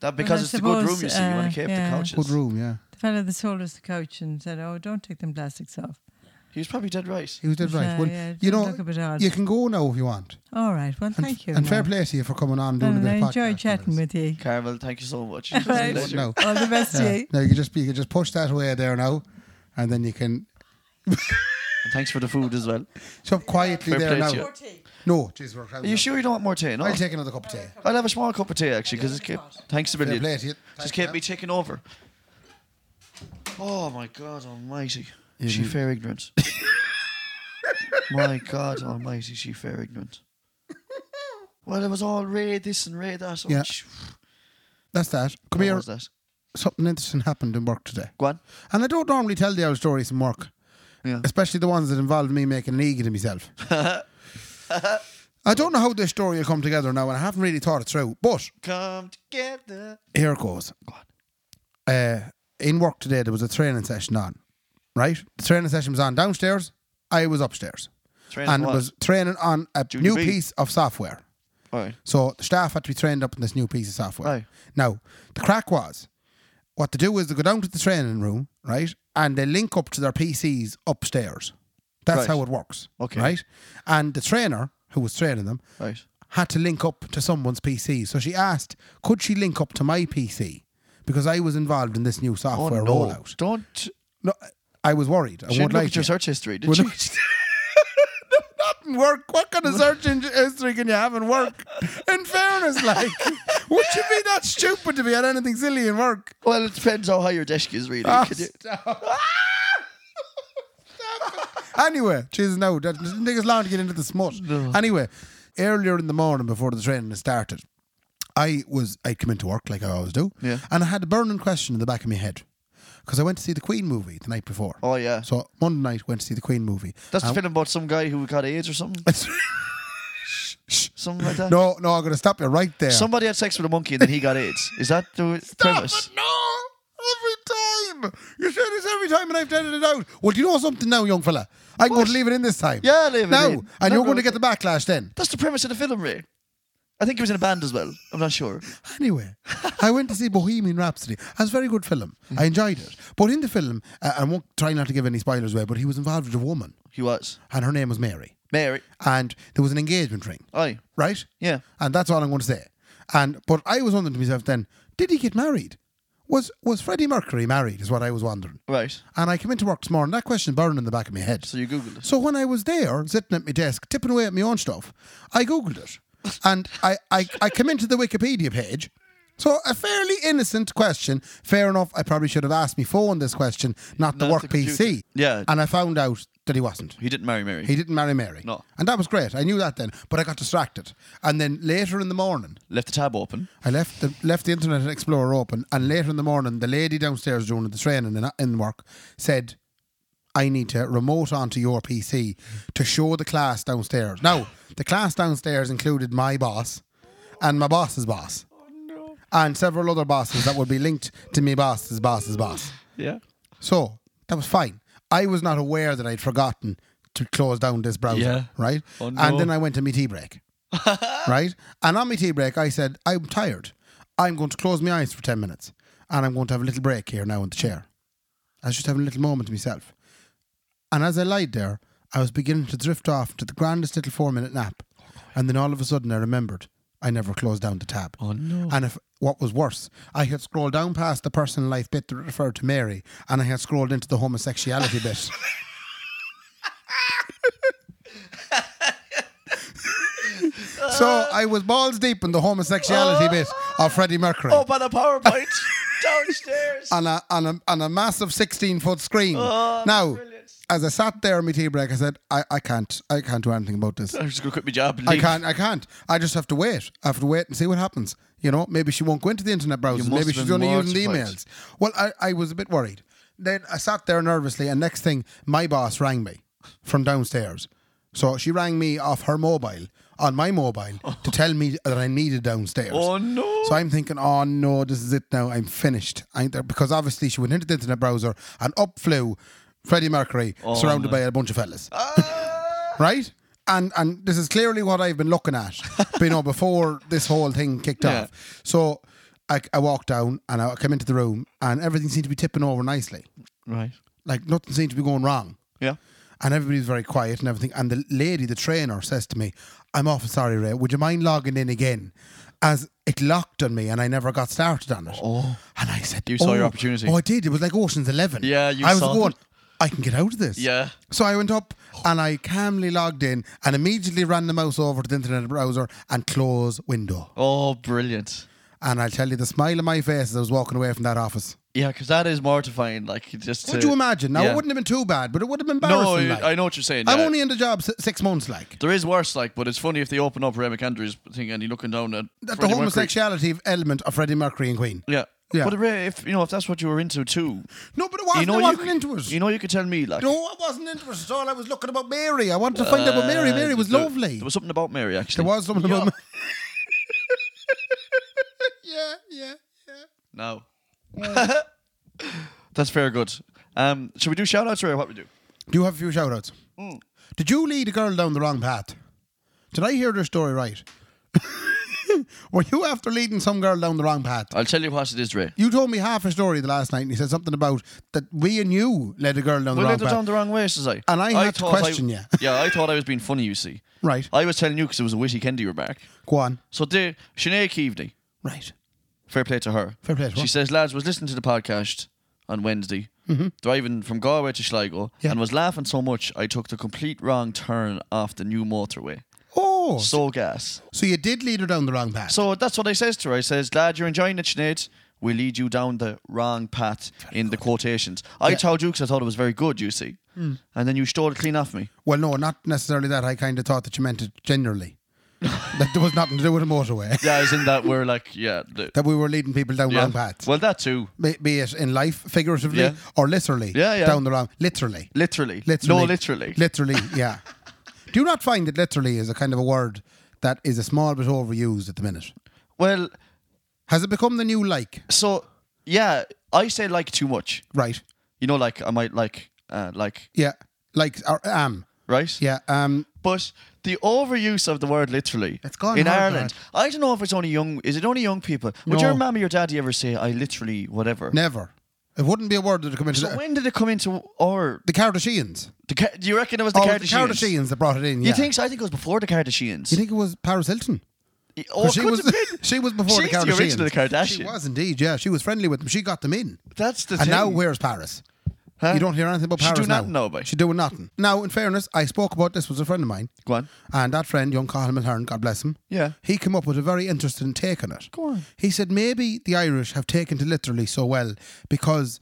[SPEAKER 3] That because
[SPEAKER 5] I
[SPEAKER 3] it's a good room,
[SPEAKER 5] suppose,
[SPEAKER 3] you see, you want
[SPEAKER 5] uh,
[SPEAKER 3] to keep
[SPEAKER 5] yeah.
[SPEAKER 3] the couches.
[SPEAKER 4] Good room, yeah.
[SPEAKER 5] The fella that sold us the couch and said, "Oh, don't take them plastics off."
[SPEAKER 3] He was probably dead right.
[SPEAKER 4] He was dead right.
[SPEAKER 5] Yeah,
[SPEAKER 4] Well,
[SPEAKER 5] yeah, it
[SPEAKER 4] you
[SPEAKER 5] does
[SPEAKER 4] know,
[SPEAKER 5] look a bit odd.
[SPEAKER 4] you can go now if you want.
[SPEAKER 5] All right. Well, thank you.
[SPEAKER 4] And fair
[SPEAKER 5] Mo.
[SPEAKER 4] play to you for coming on and doing a
[SPEAKER 5] And
[SPEAKER 4] bit
[SPEAKER 5] I
[SPEAKER 4] of
[SPEAKER 5] enjoy
[SPEAKER 4] podcasting
[SPEAKER 5] chatting
[SPEAKER 4] us.
[SPEAKER 5] with you.
[SPEAKER 3] Carmel, thank you so [laughs] much.
[SPEAKER 5] Right.
[SPEAKER 4] Pleasure. No.
[SPEAKER 5] All the
[SPEAKER 4] [laughs]
[SPEAKER 5] best
[SPEAKER 4] Yeah.
[SPEAKER 5] to you.
[SPEAKER 4] No, you can just you can just push that away there now, and then you can
[SPEAKER 3] And thanks for the food as well.
[SPEAKER 4] stop quietly
[SPEAKER 3] Fair
[SPEAKER 4] there
[SPEAKER 3] play
[SPEAKER 4] now.
[SPEAKER 3] to you.
[SPEAKER 4] No, jeez, we're
[SPEAKER 3] Are you sure you don't want more tea? No.
[SPEAKER 4] I'll
[SPEAKER 3] I'll,
[SPEAKER 4] take another cup of tea.
[SPEAKER 3] have a small cup of tea actually because it's kept. Thanks a
[SPEAKER 4] Fair
[SPEAKER 3] million.
[SPEAKER 4] play to you.
[SPEAKER 3] Just
[SPEAKER 4] Thank
[SPEAKER 3] kept
[SPEAKER 4] you.
[SPEAKER 3] me taking over. Oh my God Almighty! she fair
[SPEAKER 4] [laughs]
[SPEAKER 3] ignorant. my God Almighty! She fair ignorant. Well, it was all Ray this and Ray that. Oh,
[SPEAKER 4] Yeah.
[SPEAKER 3] sh-
[SPEAKER 4] That's that. Come
[SPEAKER 3] what
[SPEAKER 4] here.
[SPEAKER 3] was that?
[SPEAKER 4] Something interesting happened in work today.
[SPEAKER 3] Go on.
[SPEAKER 4] And I don't normally tell the old stories from work,
[SPEAKER 3] Yeah.
[SPEAKER 4] especially the ones that involve me making an egg
[SPEAKER 3] [laughs]
[SPEAKER 4] to myself. I don't know how this story will come together now, and I haven't really thought it through. But
[SPEAKER 3] Come together.
[SPEAKER 4] here it goes. Uh, in work today, there was a training session on, right? The training session was on downstairs. I was upstairs.
[SPEAKER 3] Training
[SPEAKER 4] and
[SPEAKER 3] what?
[SPEAKER 4] it was training on a
[SPEAKER 3] Junior
[SPEAKER 4] new
[SPEAKER 3] B.
[SPEAKER 4] piece of software.
[SPEAKER 3] All right.
[SPEAKER 4] So the staff had to be trained up in this new piece of software.
[SPEAKER 3] Right.
[SPEAKER 4] Now, the crack was what they do is they go down to the training room, right? And they link up to their PCs upstairs. That's
[SPEAKER 3] Right.
[SPEAKER 4] how it works.
[SPEAKER 3] Okay.
[SPEAKER 4] Right? And the trainer who was training them
[SPEAKER 3] Right.
[SPEAKER 4] had to link up to someone's PC. So she asked, could she link up to my PC? Because I was involved in this new
[SPEAKER 3] Oh
[SPEAKER 4] software
[SPEAKER 3] no!
[SPEAKER 4] rollout.
[SPEAKER 3] Don't.
[SPEAKER 4] No, I was worried. I
[SPEAKER 3] She
[SPEAKER 4] won't
[SPEAKER 3] look
[SPEAKER 4] lie
[SPEAKER 3] at
[SPEAKER 4] to
[SPEAKER 3] your
[SPEAKER 4] you.
[SPEAKER 3] search history. Did
[SPEAKER 4] Well,
[SPEAKER 3] she?
[SPEAKER 4] no.
[SPEAKER 3] [laughs]
[SPEAKER 4] work. What kind of search engine history can you have in work? In fairness, like, would you be that stupid to be at anything silly in work?
[SPEAKER 3] Well, it depends how high your desk is, really.
[SPEAKER 4] Ah,
[SPEAKER 3] Could you-
[SPEAKER 4] [laughs] Anyway, Jesus, no, that doesn't take us long to get into the smut. Anyway, earlier in the morning before the training had started, I was I come into work like I always do,
[SPEAKER 3] Yeah.
[SPEAKER 4] and I had a burning question in the back of my head because I went to see the Queen movie the night before.
[SPEAKER 3] Oh yeah.
[SPEAKER 4] So Monday night went to see the Queen movie.
[SPEAKER 3] That's the
[SPEAKER 4] And-
[SPEAKER 3] film about some guy who got AIDS or
[SPEAKER 4] [laughs]
[SPEAKER 3] something. Something like that.
[SPEAKER 4] no, no, I'm gonna stop you right there.
[SPEAKER 3] Somebody had sex with a monkey and then he got AIDS. Is that the premise?
[SPEAKER 4] [laughs] Stop it, no! Every time! You say this every time and I've edited it out. Well, do you know something now, young fella? I'm going to leave it in this time.
[SPEAKER 3] Yeah, leave it
[SPEAKER 4] now,
[SPEAKER 3] in.
[SPEAKER 4] And
[SPEAKER 3] No,
[SPEAKER 4] you're going
[SPEAKER 3] no.
[SPEAKER 4] to get the backlash then.
[SPEAKER 3] That's the premise of the film, Ray. I think he was in a band as well. I'm not sure.
[SPEAKER 4] Anyway, I went to see Bohemian Rhapsody. It was a very good film.
[SPEAKER 3] Mm-hmm.
[SPEAKER 4] I enjoyed it. But in the film, uh, I won't try not to give any spoilers away, but he was involved with a woman
[SPEAKER 3] He was.
[SPEAKER 4] and her name was Mary.
[SPEAKER 3] Mary.
[SPEAKER 4] And there was an engagement ring,
[SPEAKER 3] Aye.
[SPEAKER 4] right?
[SPEAKER 3] Yeah.
[SPEAKER 4] And that's all I'm going to say. And But I was wondering to myself then, did he get married? Was, was Freddie Mercury married is what I was wondering.
[SPEAKER 3] Right.
[SPEAKER 4] And I came into work this morning, that question burned in the back of my head.
[SPEAKER 3] So you Googled it.
[SPEAKER 4] So when I was there, sitting at my desk, tipping away at my own stuff, I Googled
[SPEAKER 3] [laughs]
[SPEAKER 4] it. And I, I, I came into the Wikipedia page. So a fairly innocent question. Fair enough, I probably should have asked my phone this question, not the
[SPEAKER 3] Not
[SPEAKER 4] work
[SPEAKER 3] the computer.
[SPEAKER 4] PC.
[SPEAKER 3] Yeah.
[SPEAKER 4] And I found out that he wasn't.
[SPEAKER 3] He didn't marry Mary.
[SPEAKER 4] He didn't marry Mary.
[SPEAKER 3] No.
[SPEAKER 4] And that was great. I knew that then. But I got distracted. And then later in the morning,
[SPEAKER 3] Left the tab open.
[SPEAKER 4] I left the left the Internet Explorer open, and later in the morning, the lady downstairs during the training in, in work said, "I need to remote onto your PC to show the class downstairs." Now, the class downstairs included my boss and my boss's boss, and several other bosses that would be linked to me boss's boss's boss.
[SPEAKER 3] Yeah.
[SPEAKER 4] So that was fine. I was not aware that I'd forgotten to close down this browser,
[SPEAKER 3] Yeah.
[SPEAKER 4] right?
[SPEAKER 3] Oh, no.
[SPEAKER 4] And then I went to my
[SPEAKER 3] [laughs]
[SPEAKER 4] tea break, right? And on my tea break, I said, I'm tired. I'm going to close my eyes for 10 minutes and I'm going to have a little break here now in the chair. I was just having a little moment to myself. And as I lied there, I was beginning to drift off to the grandest little four minute nap. And then all of a sudden, I remembered I never closed down the tab. Oh, no. And if what was worse, I had scrolled down past the personal life bit that referred to Mary, and I had scrolled into the homosexuality [laughs] bit. so I was balls deep in the homosexuality bit of Freddie Mercury
[SPEAKER 3] Oh, by the
[SPEAKER 4] [laughs]
[SPEAKER 3] PowerPoint downstairs.
[SPEAKER 4] on a on a on a massive sixteen foot screen. now, as I sat there on my tea break, I said, I, I can't, I can't do anything about this.
[SPEAKER 3] I'm just gonna quit my job. And
[SPEAKER 4] I
[SPEAKER 3] leave.
[SPEAKER 4] can't, I can't. I just have to wait. I have to wait and see what happens. You know, maybe she won't go into the internet browser.
[SPEAKER 3] must
[SPEAKER 4] Maybe
[SPEAKER 3] have
[SPEAKER 4] she's
[SPEAKER 3] been
[SPEAKER 4] only using the
[SPEAKER 3] mortified.
[SPEAKER 4] emails. Well, I, I was a bit worried. Then I sat there nervously, and next thing, my boss rang me from downstairs. So she rang me off her mobile, on my mobile, to tell me that I needed downstairs.
[SPEAKER 3] Oh no!
[SPEAKER 4] So I'm thinking, oh no, this is it now. I'm finished. I'm there because obviously she went into the internet browser and up flew Freddie Mercury, surrounded by a bunch of fellas, [laughs] right? And and this is clearly what I've been looking at, you know, before this whole thing kicked
[SPEAKER 3] Yeah.
[SPEAKER 4] off. So I, I walked down and I came into the room and everything seemed to be tipping over nicely,
[SPEAKER 3] Right.
[SPEAKER 4] like nothing seemed to be going wrong.
[SPEAKER 3] Yeah.
[SPEAKER 4] And everybody's very quiet and everything. And the lady, the trainer, says to me, I'm awful sorry, Ray. Would you mind logging in again? As it locked on me and I never got started on it. Oh. And I said,
[SPEAKER 3] You saw your
[SPEAKER 4] "Oh."
[SPEAKER 3] opportunity.
[SPEAKER 4] Oh, I did. It was like Ocean's Eleven.
[SPEAKER 3] Yeah, you
[SPEAKER 4] I was
[SPEAKER 3] saw
[SPEAKER 4] going,
[SPEAKER 3] it.
[SPEAKER 4] I can get out of this.
[SPEAKER 3] Yeah.
[SPEAKER 4] So I went up and I calmly logged in and immediately ran the mouse over to the internet browser and close window.
[SPEAKER 3] Oh, brilliant.
[SPEAKER 4] And I'll tell you, the smile on my face as I was walking away from that office.
[SPEAKER 3] Yeah, because that is mortifying. Like you just.
[SPEAKER 4] Would
[SPEAKER 3] uh,
[SPEAKER 4] you imagine? Now,
[SPEAKER 3] yeah.
[SPEAKER 4] it wouldn't have been too bad, but it would have been
[SPEAKER 3] No,
[SPEAKER 4] embarrassing. like.
[SPEAKER 3] I know what you're saying.
[SPEAKER 4] I'm
[SPEAKER 3] yeah.
[SPEAKER 4] only in the job s- six months, like.
[SPEAKER 3] There is worse, like, but it's funny if they open up Ray McAndrew's thing and you're looking down at,
[SPEAKER 4] that the
[SPEAKER 3] Freddie Mercury.
[SPEAKER 4] homosexuality element of Freddie Mercury and Queen.
[SPEAKER 3] Yeah.
[SPEAKER 4] Yeah.
[SPEAKER 3] But Ray, if you know, if that's what you were into too,
[SPEAKER 4] No, but it wasn't.
[SPEAKER 3] you know,
[SPEAKER 4] I
[SPEAKER 3] you
[SPEAKER 4] wasn't
[SPEAKER 3] could-
[SPEAKER 4] into it.
[SPEAKER 3] You know, you could tell me, like,
[SPEAKER 4] no, I wasn't into it at all. I was looking about Mary. I wanted to find out about Mary.
[SPEAKER 3] uh,
[SPEAKER 4] Mary was
[SPEAKER 3] there-
[SPEAKER 4] lovely.
[SPEAKER 3] There was something about Mary actually.
[SPEAKER 4] There was something about
[SPEAKER 3] Yeah.
[SPEAKER 4] Ma- yeah, yeah, yeah.
[SPEAKER 3] No. [laughs] That's fair good. Um, should we do shout outs or what we do?
[SPEAKER 4] Do you have a few shout outs?
[SPEAKER 3] Hmm.
[SPEAKER 4] Did you lead a girl down the wrong path? Did I hear their story right? [laughs] Were you after leading some girl down the wrong path?
[SPEAKER 3] I'll tell you what it is, Ray.
[SPEAKER 4] You told me half a story the last night, and you said something about that we and you led a girl down
[SPEAKER 3] We led
[SPEAKER 4] the wrong
[SPEAKER 3] her
[SPEAKER 4] path.
[SPEAKER 3] down the wrong way, says I.
[SPEAKER 4] uh, And I had to
[SPEAKER 3] thought
[SPEAKER 4] question you.
[SPEAKER 3] yeah, I thought I was being funny, you see.
[SPEAKER 4] Right.
[SPEAKER 3] I was telling you because it was a witty Kendi remark.
[SPEAKER 4] Go on.
[SPEAKER 3] So there, Sinead Keaveney,
[SPEAKER 4] Right.
[SPEAKER 3] fair play to her.
[SPEAKER 4] Fair play to her.
[SPEAKER 3] She says, lads, was listening to the podcast on Wednesday, driving from Galway to Sligo,
[SPEAKER 4] Mm-hmm. Yeah.
[SPEAKER 3] and was laughing so much I took the complete wrong turn off the new motorway.
[SPEAKER 4] Oh, so,
[SPEAKER 3] So gas.
[SPEAKER 4] you did lead her down the wrong path.
[SPEAKER 3] So that's what I says to her. I says, "Glad you're enjoying it, Sinead. We lead you down the wrong path in the quotations." I told you because I thought it was very good. You see,
[SPEAKER 4] Mm.
[SPEAKER 3] and then you stole it clean off me.
[SPEAKER 4] Well, no, not necessarily that. I kind of thought that you meant it
[SPEAKER 3] [laughs]
[SPEAKER 4] generally. that there was nothing to do with a motorway.
[SPEAKER 3] Yeah, as in that we're like, yeah, the,
[SPEAKER 4] that we were leading people down
[SPEAKER 3] yeah.
[SPEAKER 4] wrong paths.
[SPEAKER 3] Well, that too.
[SPEAKER 4] be, be it in life, figuratively,
[SPEAKER 3] Yeah.
[SPEAKER 4] or literally.
[SPEAKER 3] Yeah, yeah.
[SPEAKER 4] Down the wrong... Literally.
[SPEAKER 3] Literally.
[SPEAKER 4] Literally.
[SPEAKER 3] No, literally. [laughs]
[SPEAKER 4] Literally, yeah. do you not find that literally is a kind of a word that is a small bit overused at the minute?
[SPEAKER 3] well,
[SPEAKER 4] Has it become the new like?
[SPEAKER 3] so yeah, I say like too much.
[SPEAKER 4] Right.
[SPEAKER 3] You know, like I might like, uh, like,
[SPEAKER 4] Yeah. Like, or am.
[SPEAKER 3] right?
[SPEAKER 4] Yeah. Um.
[SPEAKER 3] But the overuse of the word literally
[SPEAKER 4] It's gone
[SPEAKER 3] in
[SPEAKER 4] hard,
[SPEAKER 3] Ireland. I don't know if it's only young. Is it only young people? Would
[SPEAKER 4] No.
[SPEAKER 3] your mum or your daddy ever say, "I literally whatever"?
[SPEAKER 4] Never. It wouldn't be a word that would come into
[SPEAKER 3] So
[SPEAKER 4] the,
[SPEAKER 3] when did it come into or
[SPEAKER 4] the Kardashians.
[SPEAKER 3] the, Ka- do you reckon it was the
[SPEAKER 4] Oh, it was the
[SPEAKER 3] Kardashians?
[SPEAKER 4] Kardashians that brought it in.
[SPEAKER 3] You
[SPEAKER 4] yeah.
[SPEAKER 3] think so? I think it was before the Kardashians.
[SPEAKER 4] Do you think it was Paris Hilton?
[SPEAKER 3] oh, it
[SPEAKER 4] she
[SPEAKER 3] could
[SPEAKER 4] was
[SPEAKER 3] have been.
[SPEAKER 4] [laughs] she was before
[SPEAKER 3] She's
[SPEAKER 4] the Kardashians.
[SPEAKER 3] the original Kardashian.
[SPEAKER 4] She was indeed. Yeah, she was friendly with them. She got them in.
[SPEAKER 3] That's the
[SPEAKER 4] and
[SPEAKER 3] thing.
[SPEAKER 4] now where's Paris?
[SPEAKER 3] Huh?
[SPEAKER 4] You don't hear anything about
[SPEAKER 3] She
[SPEAKER 4] Paris
[SPEAKER 3] do
[SPEAKER 4] now.
[SPEAKER 3] nothing now, boy.
[SPEAKER 4] She doing nothing. Now, in fairness, I spoke about this with a friend of mine,
[SPEAKER 3] Go on.
[SPEAKER 4] and that friend, young Cahill Mulhern, God bless him.
[SPEAKER 3] Yeah.
[SPEAKER 4] He came up with a very interesting take on it.
[SPEAKER 3] Go on.
[SPEAKER 4] He said maybe the Irish have taken to literally so well because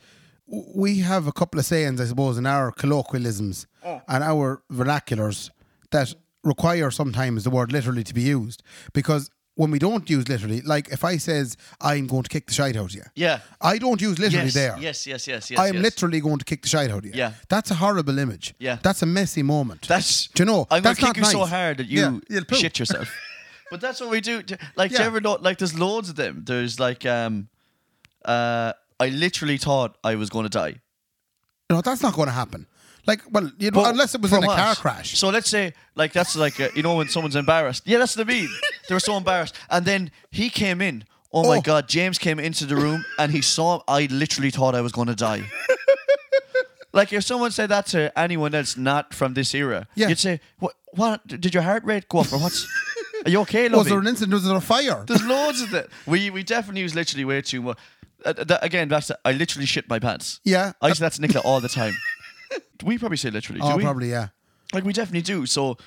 [SPEAKER 4] w- we have a couple of sayings, I suppose, in our colloquialisms
[SPEAKER 3] Oh.
[SPEAKER 4] and our vernaculars that require sometimes the word literally to be used because when we don't use literally, like if I says I'm going to kick the shite out of you,
[SPEAKER 3] Yeah.
[SPEAKER 4] I don't use literally
[SPEAKER 3] Yes,
[SPEAKER 4] there.
[SPEAKER 3] yes, yes, yes, yes.
[SPEAKER 4] I am
[SPEAKER 3] yes.
[SPEAKER 4] literally going to kick the shite out of you.
[SPEAKER 3] Yeah.
[SPEAKER 4] That's a horrible image.
[SPEAKER 3] Yeah.
[SPEAKER 4] That's a messy moment.
[SPEAKER 3] That's.
[SPEAKER 4] Do you know,
[SPEAKER 3] I'm
[SPEAKER 4] that's
[SPEAKER 3] gonna
[SPEAKER 4] not
[SPEAKER 3] kick you so
[SPEAKER 4] nice.
[SPEAKER 3] hard that
[SPEAKER 4] Yeah,
[SPEAKER 3] you
[SPEAKER 4] you'll poo.
[SPEAKER 3] shit yourself.
[SPEAKER 4] [laughs]
[SPEAKER 3] but that's what we do. Do- Like, do
[SPEAKER 4] Yeah.
[SPEAKER 3] you ever know? Like, there's loads of them. There's like, um, uh, I literally thought I was going to die.
[SPEAKER 4] No, that's not going to happen. Like, well, you know,
[SPEAKER 3] But
[SPEAKER 4] unless it was
[SPEAKER 3] for
[SPEAKER 4] in a
[SPEAKER 3] what?
[SPEAKER 4] car crash.
[SPEAKER 3] So let's say, like, that's like, uh, you know, when someone's embarrassed. Yeah, that's what I mean. They were
[SPEAKER 4] [laughs]
[SPEAKER 3] so embarrassed. And then he came in. Oh, my
[SPEAKER 4] Oh.
[SPEAKER 3] God. James came into the room and he saw, I literally thought I was going to die.
[SPEAKER 4] [laughs]
[SPEAKER 3] like, if someone said that to anyone that's not from this era,
[SPEAKER 4] Yeah.
[SPEAKER 3] you'd say, what, what? Did your heart rate go up or what's. Are you okay,
[SPEAKER 4] [laughs] was
[SPEAKER 3] lovey?
[SPEAKER 4] there an incident? Was there a fire?
[SPEAKER 3] There's loads of that. We we definitely use literally way too much. Uh, that, again, that's I literally shit my pants.
[SPEAKER 4] Yeah.
[SPEAKER 3] I say that to Nicola all the time. [laughs] we probably say literally. do
[SPEAKER 4] oh,
[SPEAKER 3] we?
[SPEAKER 4] probably, yeah.
[SPEAKER 3] Like we definitely do. So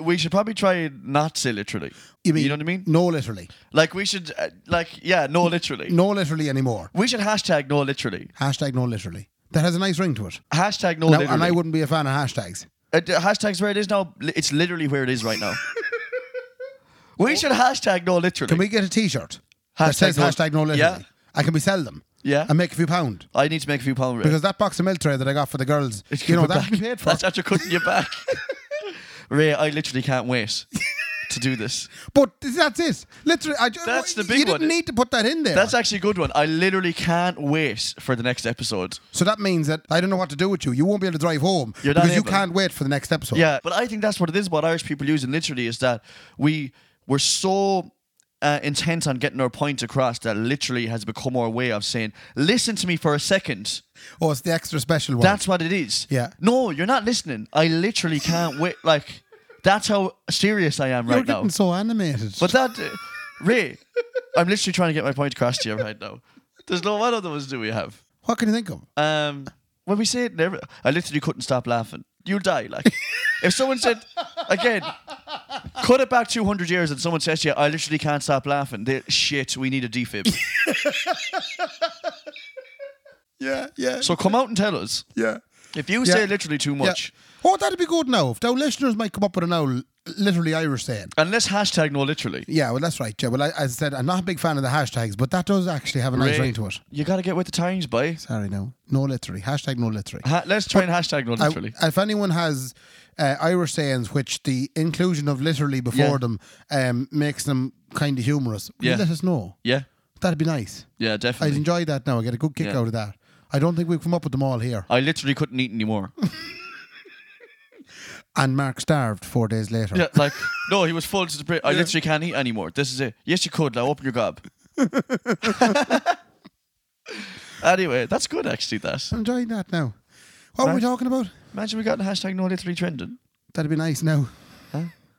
[SPEAKER 3] we should probably try not say literally. you know what I mean?
[SPEAKER 4] No, literally.
[SPEAKER 3] Like we should, uh, like yeah, no literally.
[SPEAKER 4] No, literally anymore.
[SPEAKER 3] We should hashtag no literally.
[SPEAKER 4] Hashtag no, literally. that has a nice ring to it.
[SPEAKER 3] Hashtag no
[SPEAKER 4] Now,
[SPEAKER 3] literally.
[SPEAKER 4] and I wouldn't be a fan of hashtags.
[SPEAKER 3] Uh, the hashtag's where it is now. Li- It's literally where it is right
[SPEAKER 4] [laughs]
[SPEAKER 3] now. we should hashtag no literally.
[SPEAKER 4] Can we get a T-shirt that
[SPEAKER 3] Hashtag
[SPEAKER 4] says
[SPEAKER 3] no-
[SPEAKER 4] hashtag no literally?
[SPEAKER 3] Yeah.
[SPEAKER 4] And can we sell them?
[SPEAKER 3] Yeah.
[SPEAKER 4] And make a few pound
[SPEAKER 3] I need to make a few pound.
[SPEAKER 4] because that box of milk tray that I got for the girls, you know, that should be paid for.
[SPEAKER 3] That's after cutting you
[SPEAKER 4] [laughs]
[SPEAKER 3] back. Ray, I literally can't wait to do this.
[SPEAKER 4] But that's it. Literally, I, ju-
[SPEAKER 3] That's the
[SPEAKER 4] You
[SPEAKER 3] big
[SPEAKER 4] didn't
[SPEAKER 3] one.
[SPEAKER 4] need to put that in there.
[SPEAKER 3] That's actually a good one. I literally can't wait for the next episode.
[SPEAKER 4] so that means that I don't know what to do with you. You won't be able to drive home
[SPEAKER 3] You're not
[SPEAKER 4] because you
[SPEAKER 3] able.
[SPEAKER 4] can't wait for the next episode.
[SPEAKER 3] Yeah, but I think that's what it is about Irish people using literally is that we were so uh, intent on getting our point across that literally has become our way of saying, listen to me for a second.
[SPEAKER 4] Oh, it's the extra special one.
[SPEAKER 3] That's what it is.
[SPEAKER 4] Yeah.
[SPEAKER 3] No, you're not listening. I literally
[SPEAKER 4] [laughs]
[SPEAKER 3] can't wait. Like, that's how serious I am
[SPEAKER 4] You're
[SPEAKER 3] right
[SPEAKER 4] getting
[SPEAKER 3] now.
[SPEAKER 4] so animated.
[SPEAKER 3] But that, uh, Ray, I'm literally trying to get my point across to you right now. There's no what other ones do we have?
[SPEAKER 4] what can you think of?
[SPEAKER 3] Um, when we say it, never, I literally couldn't stop laughing. You'll die. Like, if someone said, again, cut it back 200 years and someone says to you, I literally can't stop laughing. They, shit, we need a defib.
[SPEAKER 4] Yeah, yeah,
[SPEAKER 3] so come out and tell us.
[SPEAKER 4] yeah.
[SPEAKER 3] If you
[SPEAKER 4] Yeah.
[SPEAKER 3] say literally too much,
[SPEAKER 4] Oh, that'd be good now. If our listeners might come up with an old literally Irish saying.
[SPEAKER 3] and let's hashtag no literally.
[SPEAKER 4] Yeah, well, that's right. Yeah, well, I, as I said, I'm not a big fan of the hashtags, but that does actually have a nice
[SPEAKER 3] Ray,
[SPEAKER 4] ring to it.
[SPEAKER 3] You got to get with the times, boy.
[SPEAKER 4] Sorry, no, no literary hashtag, no literary.
[SPEAKER 3] Ha- let's try and hashtag no
[SPEAKER 4] I-
[SPEAKER 3] literally.
[SPEAKER 4] if anyone has uh, Irish sayings which the inclusion of literally before
[SPEAKER 3] Yeah.
[SPEAKER 4] them um, makes them kind of humorous, will you
[SPEAKER 3] Yeah.
[SPEAKER 4] let us know.
[SPEAKER 3] yeah,
[SPEAKER 4] That'd be nice.
[SPEAKER 3] yeah,
[SPEAKER 4] I'd
[SPEAKER 3] definitely.
[SPEAKER 4] enjoy that now. I get a good kick
[SPEAKER 3] Yeah.
[SPEAKER 4] out of that. I don't think we've come up with them all here.
[SPEAKER 3] I literally couldn't eat anymore.
[SPEAKER 4] And Mark starved four days later. [laughs]
[SPEAKER 3] yeah, like no, he was full to the brim. I literally can't eat anymore. This is it. Yes, you could. Now open your
[SPEAKER 4] [laughs]
[SPEAKER 3] gob. anyway, that's good actually. That
[SPEAKER 4] I'm enjoying that now. What were we
[SPEAKER 3] Right.
[SPEAKER 4] talking about?
[SPEAKER 3] imagine we got the hashtag no literally trending.
[SPEAKER 4] That'd be nice now.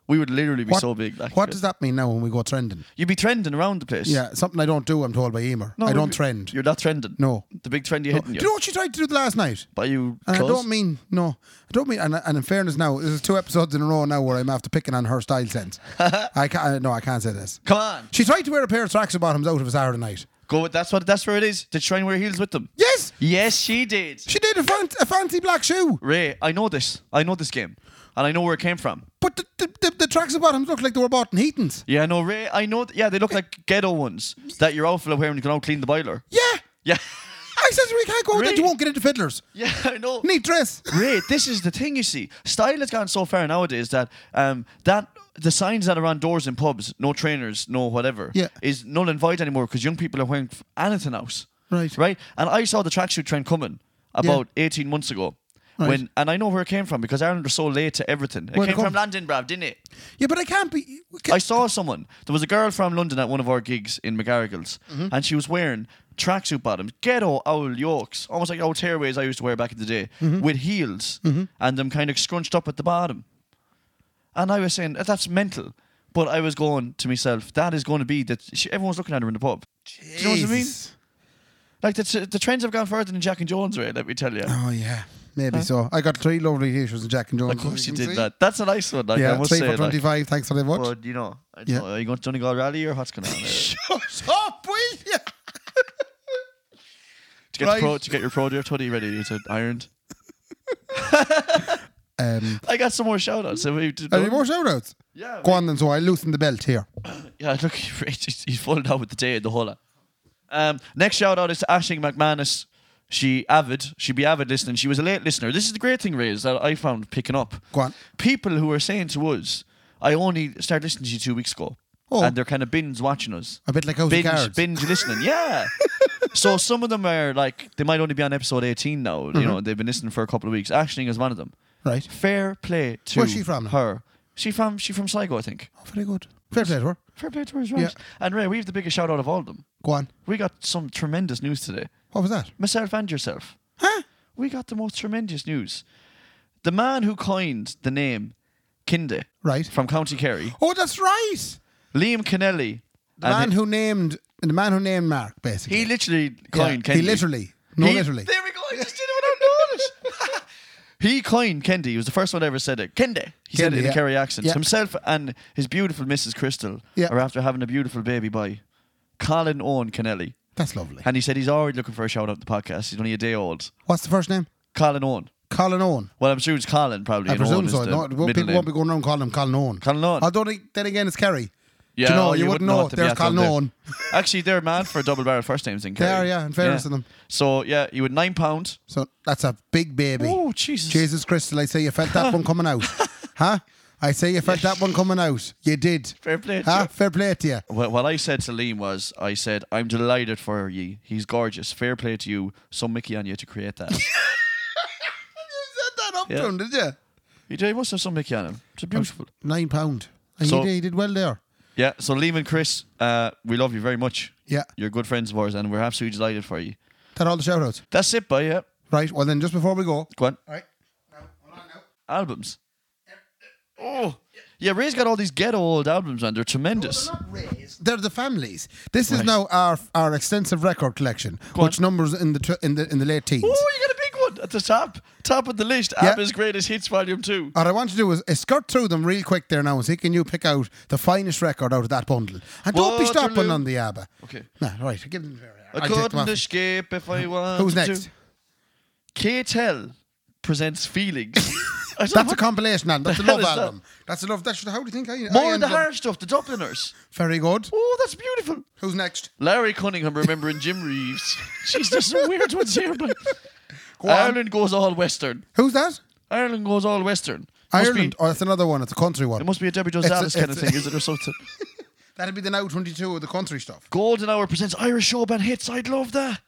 [SPEAKER 3] We would literally be so big. Like,
[SPEAKER 4] what does that mean now when we go trending?
[SPEAKER 3] You'd be trending around the place.
[SPEAKER 4] Yeah, something I don't do, I'm told by Emer.
[SPEAKER 3] No,
[SPEAKER 4] I
[SPEAKER 3] we'd
[SPEAKER 4] don't
[SPEAKER 3] be-
[SPEAKER 4] trend.
[SPEAKER 3] You're not trending.
[SPEAKER 4] No.
[SPEAKER 3] The big trendy
[SPEAKER 4] No.
[SPEAKER 3] hitting
[SPEAKER 4] Do
[SPEAKER 3] you.
[SPEAKER 4] you know what she tried to do the last night?
[SPEAKER 3] But you.
[SPEAKER 4] And I
[SPEAKER 3] close?
[SPEAKER 4] don't mean, no, I don't mean, and, and in fairness now, there's two episodes in a row now where I'm after picking on her
[SPEAKER 3] [laughs]
[SPEAKER 4] style sense. I can't, no, I can't say this.
[SPEAKER 3] Come on.
[SPEAKER 4] She tried to wear a pair of tracksuit bottoms out of a Saturday night.
[SPEAKER 3] Go with that's what that's where it is. Did she try and wear heels with them?
[SPEAKER 4] Yes,
[SPEAKER 3] Yes, she did.
[SPEAKER 4] she did a, fan- a fancy black shoe,
[SPEAKER 3] Ray, I know this. I know this game. And I know where it came from.
[SPEAKER 4] but the, the, the, the tracksuit bottoms looked like they were bought in Heaton's.
[SPEAKER 3] Yeah, no, Ray, I know. Th- yeah, they look like ghetto ones that your outfit wearing when you can out clean the boiler.
[SPEAKER 4] Yeah,
[SPEAKER 3] Yeah. [laughs]
[SPEAKER 4] I said to her, we can't go out there,
[SPEAKER 3] Really?
[SPEAKER 4] you won't get into fiddlers.
[SPEAKER 3] Yeah, I know.
[SPEAKER 4] Neat dress.
[SPEAKER 3] Ray, this is the thing you see. Style has gone so far nowadays that um that the signs that are on doors in pubs, no trainers, no whatever,
[SPEAKER 4] Yeah.
[SPEAKER 3] is null and void anymore because young people are wearing f- anything else.
[SPEAKER 4] Right.
[SPEAKER 3] Right. And I saw the tracksuit trend coming about 18 months ago. When and I know where it came from because Ireland are so late to everything. It
[SPEAKER 4] Where'd it
[SPEAKER 3] came from
[SPEAKER 4] come-
[SPEAKER 3] London, bruv, didn't it?
[SPEAKER 4] Yeah, but I can't be.
[SPEAKER 3] I saw someone. There was a girl from London at one of our gigs in McGarrigles,
[SPEAKER 4] Mm-hmm.
[SPEAKER 3] and she was wearing tracksuit bottoms, ghetto owl yokes, almost like old tearaways I used to wear back in the day,
[SPEAKER 4] Mm-hmm.
[SPEAKER 3] with heels and them kind of scrunched up at the bottom. And I was saying "Uh, that's mental, but I was going to myself, that is going to be that she, everyone's looking at her in the pub. Do you know what I mean?
[SPEAKER 4] Jesus.
[SPEAKER 3] Like the, the trends have gone further than Jack and Jones, right? Let me tell you.
[SPEAKER 4] Oh yeah, maybe so. I got three lovely t-shirts and Jack and Jones.
[SPEAKER 3] Of course you
[SPEAKER 4] can
[SPEAKER 3] did
[SPEAKER 4] see.
[SPEAKER 3] that. That's a nice one. Like, I
[SPEAKER 4] Yeah,
[SPEAKER 3] must
[SPEAKER 4] three
[SPEAKER 3] say,
[SPEAKER 4] for
[SPEAKER 3] like,
[SPEAKER 4] twenty-five. thanks very much.
[SPEAKER 3] but you know, I don't
[SPEAKER 4] Yeah.
[SPEAKER 3] know, are you going to Donegal Rally or what's going on? there?
[SPEAKER 4] [laughs] Stop, will you?
[SPEAKER 3] To get,
[SPEAKER 4] Right.
[SPEAKER 3] the pro, to get your pro dear toddy ready, it's an ironed.
[SPEAKER 4] Um,
[SPEAKER 3] I got some more shout outs.
[SPEAKER 4] any more shout outs?
[SPEAKER 3] Yeah.
[SPEAKER 4] Go on then, so I loosen the belt here.
[SPEAKER 3] Yeah, look, [laughs] he's, he's falling out with the day and the whole lot. Um, next shout out is to Ashing McManus. She avid, she be avid listening. She was a late listener. This is the great thing, Ray, is that I found picking up.
[SPEAKER 4] Go on.
[SPEAKER 3] People who are saying to us, I only started listening to you two weeks ago.
[SPEAKER 4] Oh.
[SPEAKER 3] And they're kind of binge watching us.
[SPEAKER 4] A bit like House of Cards.
[SPEAKER 3] binge, binge listening.
[SPEAKER 4] [laughs]
[SPEAKER 3] Yeah. so some of them are like, they might only be on episode 18 now.
[SPEAKER 4] Mm-hmm.
[SPEAKER 3] You know, they've been listening for a couple of weeks. Ashling is one of them.
[SPEAKER 4] Right.
[SPEAKER 3] Fair play to
[SPEAKER 4] Where's she from?
[SPEAKER 3] her. She from she from Sligo, I think.
[SPEAKER 4] Oh, very good. Fair play to her.
[SPEAKER 3] Fair play to her, is right.
[SPEAKER 4] Yeah.
[SPEAKER 3] And Ray, we have the biggest shout out of all of them.
[SPEAKER 4] Go on.
[SPEAKER 3] We got some tremendous news today.
[SPEAKER 4] What was that?
[SPEAKER 3] Myself and yourself.
[SPEAKER 4] Huh?
[SPEAKER 3] We got the most tremendous news. The man who coined the name Kinde
[SPEAKER 4] Right.
[SPEAKER 3] from County Kerry,
[SPEAKER 4] Oh, that's right.
[SPEAKER 3] Liam Kennelly.
[SPEAKER 4] The man who named the man who named Mark basically.
[SPEAKER 3] he literally
[SPEAKER 4] Yeah,
[SPEAKER 3] coined Kendi.
[SPEAKER 4] He literally. No,
[SPEAKER 3] He-
[SPEAKER 4] literally.
[SPEAKER 3] There we go. I just did it without knowing it. [laughs] he coined Kendi. He was the first one that ever said it. Kende. He said
[SPEAKER 4] Kendi,
[SPEAKER 3] it in
[SPEAKER 4] yeah.
[SPEAKER 3] a Kerry accent.
[SPEAKER 4] Yeah.
[SPEAKER 3] Himself and his beautiful Mrs. Crystal
[SPEAKER 4] Yeah.
[SPEAKER 3] are after having a beautiful baby by Colin Owen Kennelly.
[SPEAKER 4] That's lovely.
[SPEAKER 3] And he said he's already looking for a shout out to the podcast. He's only a day old.
[SPEAKER 4] What's the first name?
[SPEAKER 3] Colin Owen.
[SPEAKER 4] Colin Owen.
[SPEAKER 3] Well, I'm sure it's Colin probably.
[SPEAKER 4] I
[SPEAKER 3] and Owen
[SPEAKER 4] presume
[SPEAKER 3] is
[SPEAKER 4] so.
[SPEAKER 3] the
[SPEAKER 4] No,
[SPEAKER 3] middle
[SPEAKER 4] well, people won't be
[SPEAKER 3] name.
[SPEAKER 4] going around calling him Colin Owen.
[SPEAKER 3] Colin Owen.
[SPEAKER 4] I don't think, then again, it's Kerry.
[SPEAKER 3] Yeah,
[SPEAKER 4] Do you know,
[SPEAKER 3] oh,
[SPEAKER 4] you, wouldn't know.
[SPEAKER 3] have to be
[SPEAKER 4] There's
[SPEAKER 3] at all
[SPEAKER 4] Colin
[SPEAKER 3] day.
[SPEAKER 4] Owen.
[SPEAKER 3] [laughs] Actually, they're mad for double barrel first names in
[SPEAKER 4] They
[SPEAKER 3] Kerry.
[SPEAKER 4] are, yeah, in fairness to them.
[SPEAKER 3] So, yeah, he would nine pounds.
[SPEAKER 4] So that's a big baby.
[SPEAKER 3] Oh, Jesus.
[SPEAKER 4] Jesus Christ, I say you felt that one
[SPEAKER 3] [laughs]
[SPEAKER 4] coming out. huh? I say you felt that one coming out. You did.
[SPEAKER 3] Fair play to
[SPEAKER 4] Huh?
[SPEAKER 3] you.
[SPEAKER 4] Fair play to you.
[SPEAKER 3] What, what I said to Liam was, I said, I'm delighted for ye. He's gorgeous. Fair play to you. So Mickey on you to create
[SPEAKER 4] [laughs]
[SPEAKER 3] that.
[SPEAKER 4] Set that up
[SPEAKER 3] Yeah.
[SPEAKER 4] to him, did you?
[SPEAKER 3] he did- he must have some Mickey on him. It's beautiful.
[SPEAKER 4] Nine pound. And
[SPEAKER 3] So-
[SPEAKER 4] he, did, he did well there.
[SPEAKER 3] Yeah, so Liam and Chris, uh, we love you very much.
[SPEAKER 4] Yeah.
[SPEAKER 3] You're good friends of ours, and we're absolutely delighted for you.
[SPEAKER 4] That all the shout outs.
[SPEAKER 3] That's it, boy. Yeah.
[SPEAKER 4] Right. Well, then just before we go.
[SPEAKER 3] Go on.
[SPEAKER 4] All right. Now, hold on now.
[SPEAKER 3] Albums. Oh. Yeah, Ray's got all these ghetto old albums, and they're tremendous.
[SPEAKER 4] Not raised. They're the families. This is now our our extensive record collection,
[SPEAKER 3] Go on.
[SPEAKER 4] which numbers in the tw- in the in the late teens.
[SPEAKER 3] Oh, you got a big one at the top. Top of the list.
[SPEAKER 4] Yeah.
[SPEAKER 3] ABBA's Greatest Hits Volume 2.
[SPEAKER 4] What I want you to do is, is skirt through them real quick there now and see can you pick out the finest record out of that bundle. And don't be
[SPEAKER 3] Waterloo.
[SPEAKER 4] stopping on the ABBA.
[SPEAKER 3] Okay.
[SPEAKER 4] Nah, right. Give them fair.
[SPEAKER 3] I
[SPEAKER 4] I'll take them
[SPEAKER 3] couldn't
[SPEAKER 4] off.
[SPEAKER 3] escape if I wanted
[SPEAKER 4] Who's
[SPEAKER 3] To.
[SPEAKER 4] next?
[SPEAKER 3] Kate Hell E presents [laughs] Feelings. I don't
[SPEAKER 4] That's
[SPEAKER 3] know
[SPEAKER 4] a compilation album. That's a
[SPEAKER 3] hell
[SPEAKER 4] love
[SPEAKER 3] is [laughs] that?
[SPEAKER 4] album. That's a love. That's how do you think I,
[SPEAKER 3] what-
[SPEAKER 4] I
[SPEAKER 3] More of the
[SPEAKER 4] ended up-
[SPEAKER 3] hard stuff, the Dubliners.
[SPEAKER 4] Very good.
[SPEAKER 3] Oh, that's beautiful.
[SPEAKER 4] Who's next?
[SPEAKER 3] Larry Cunningham remembering Jim Reeves. [laughs] Jeez, there's some weird ones here, but
[SPEAKER 4] on.
[SPEAKER 3] Ireland goes all Western.
[SPEAKER 4] Who's that?
[SPEAKER 3] Ireland goes all Western. Must
[SPEAKER 4] Ireland.
[SPEAKER 3] Be,
[SPEAKER 4] Oh, that's another one. It's a country one.
[SPEAKER 3] it must be a Debbie Jones
[SPEAKER 4] It's a-
[SPEAKER 3] Dallas kind of
[SPEAKER 4] it's a-
[SPEAKER 3] thing, is it, or something?
[SPEAKER 4] That'd be the now 22 of the country
[SPEAKER 3] [laughs]
[SPEAKER 4] stuff.
[SPEAKER 3] Golden Hour presents Irish Showband Hits. I'd love that.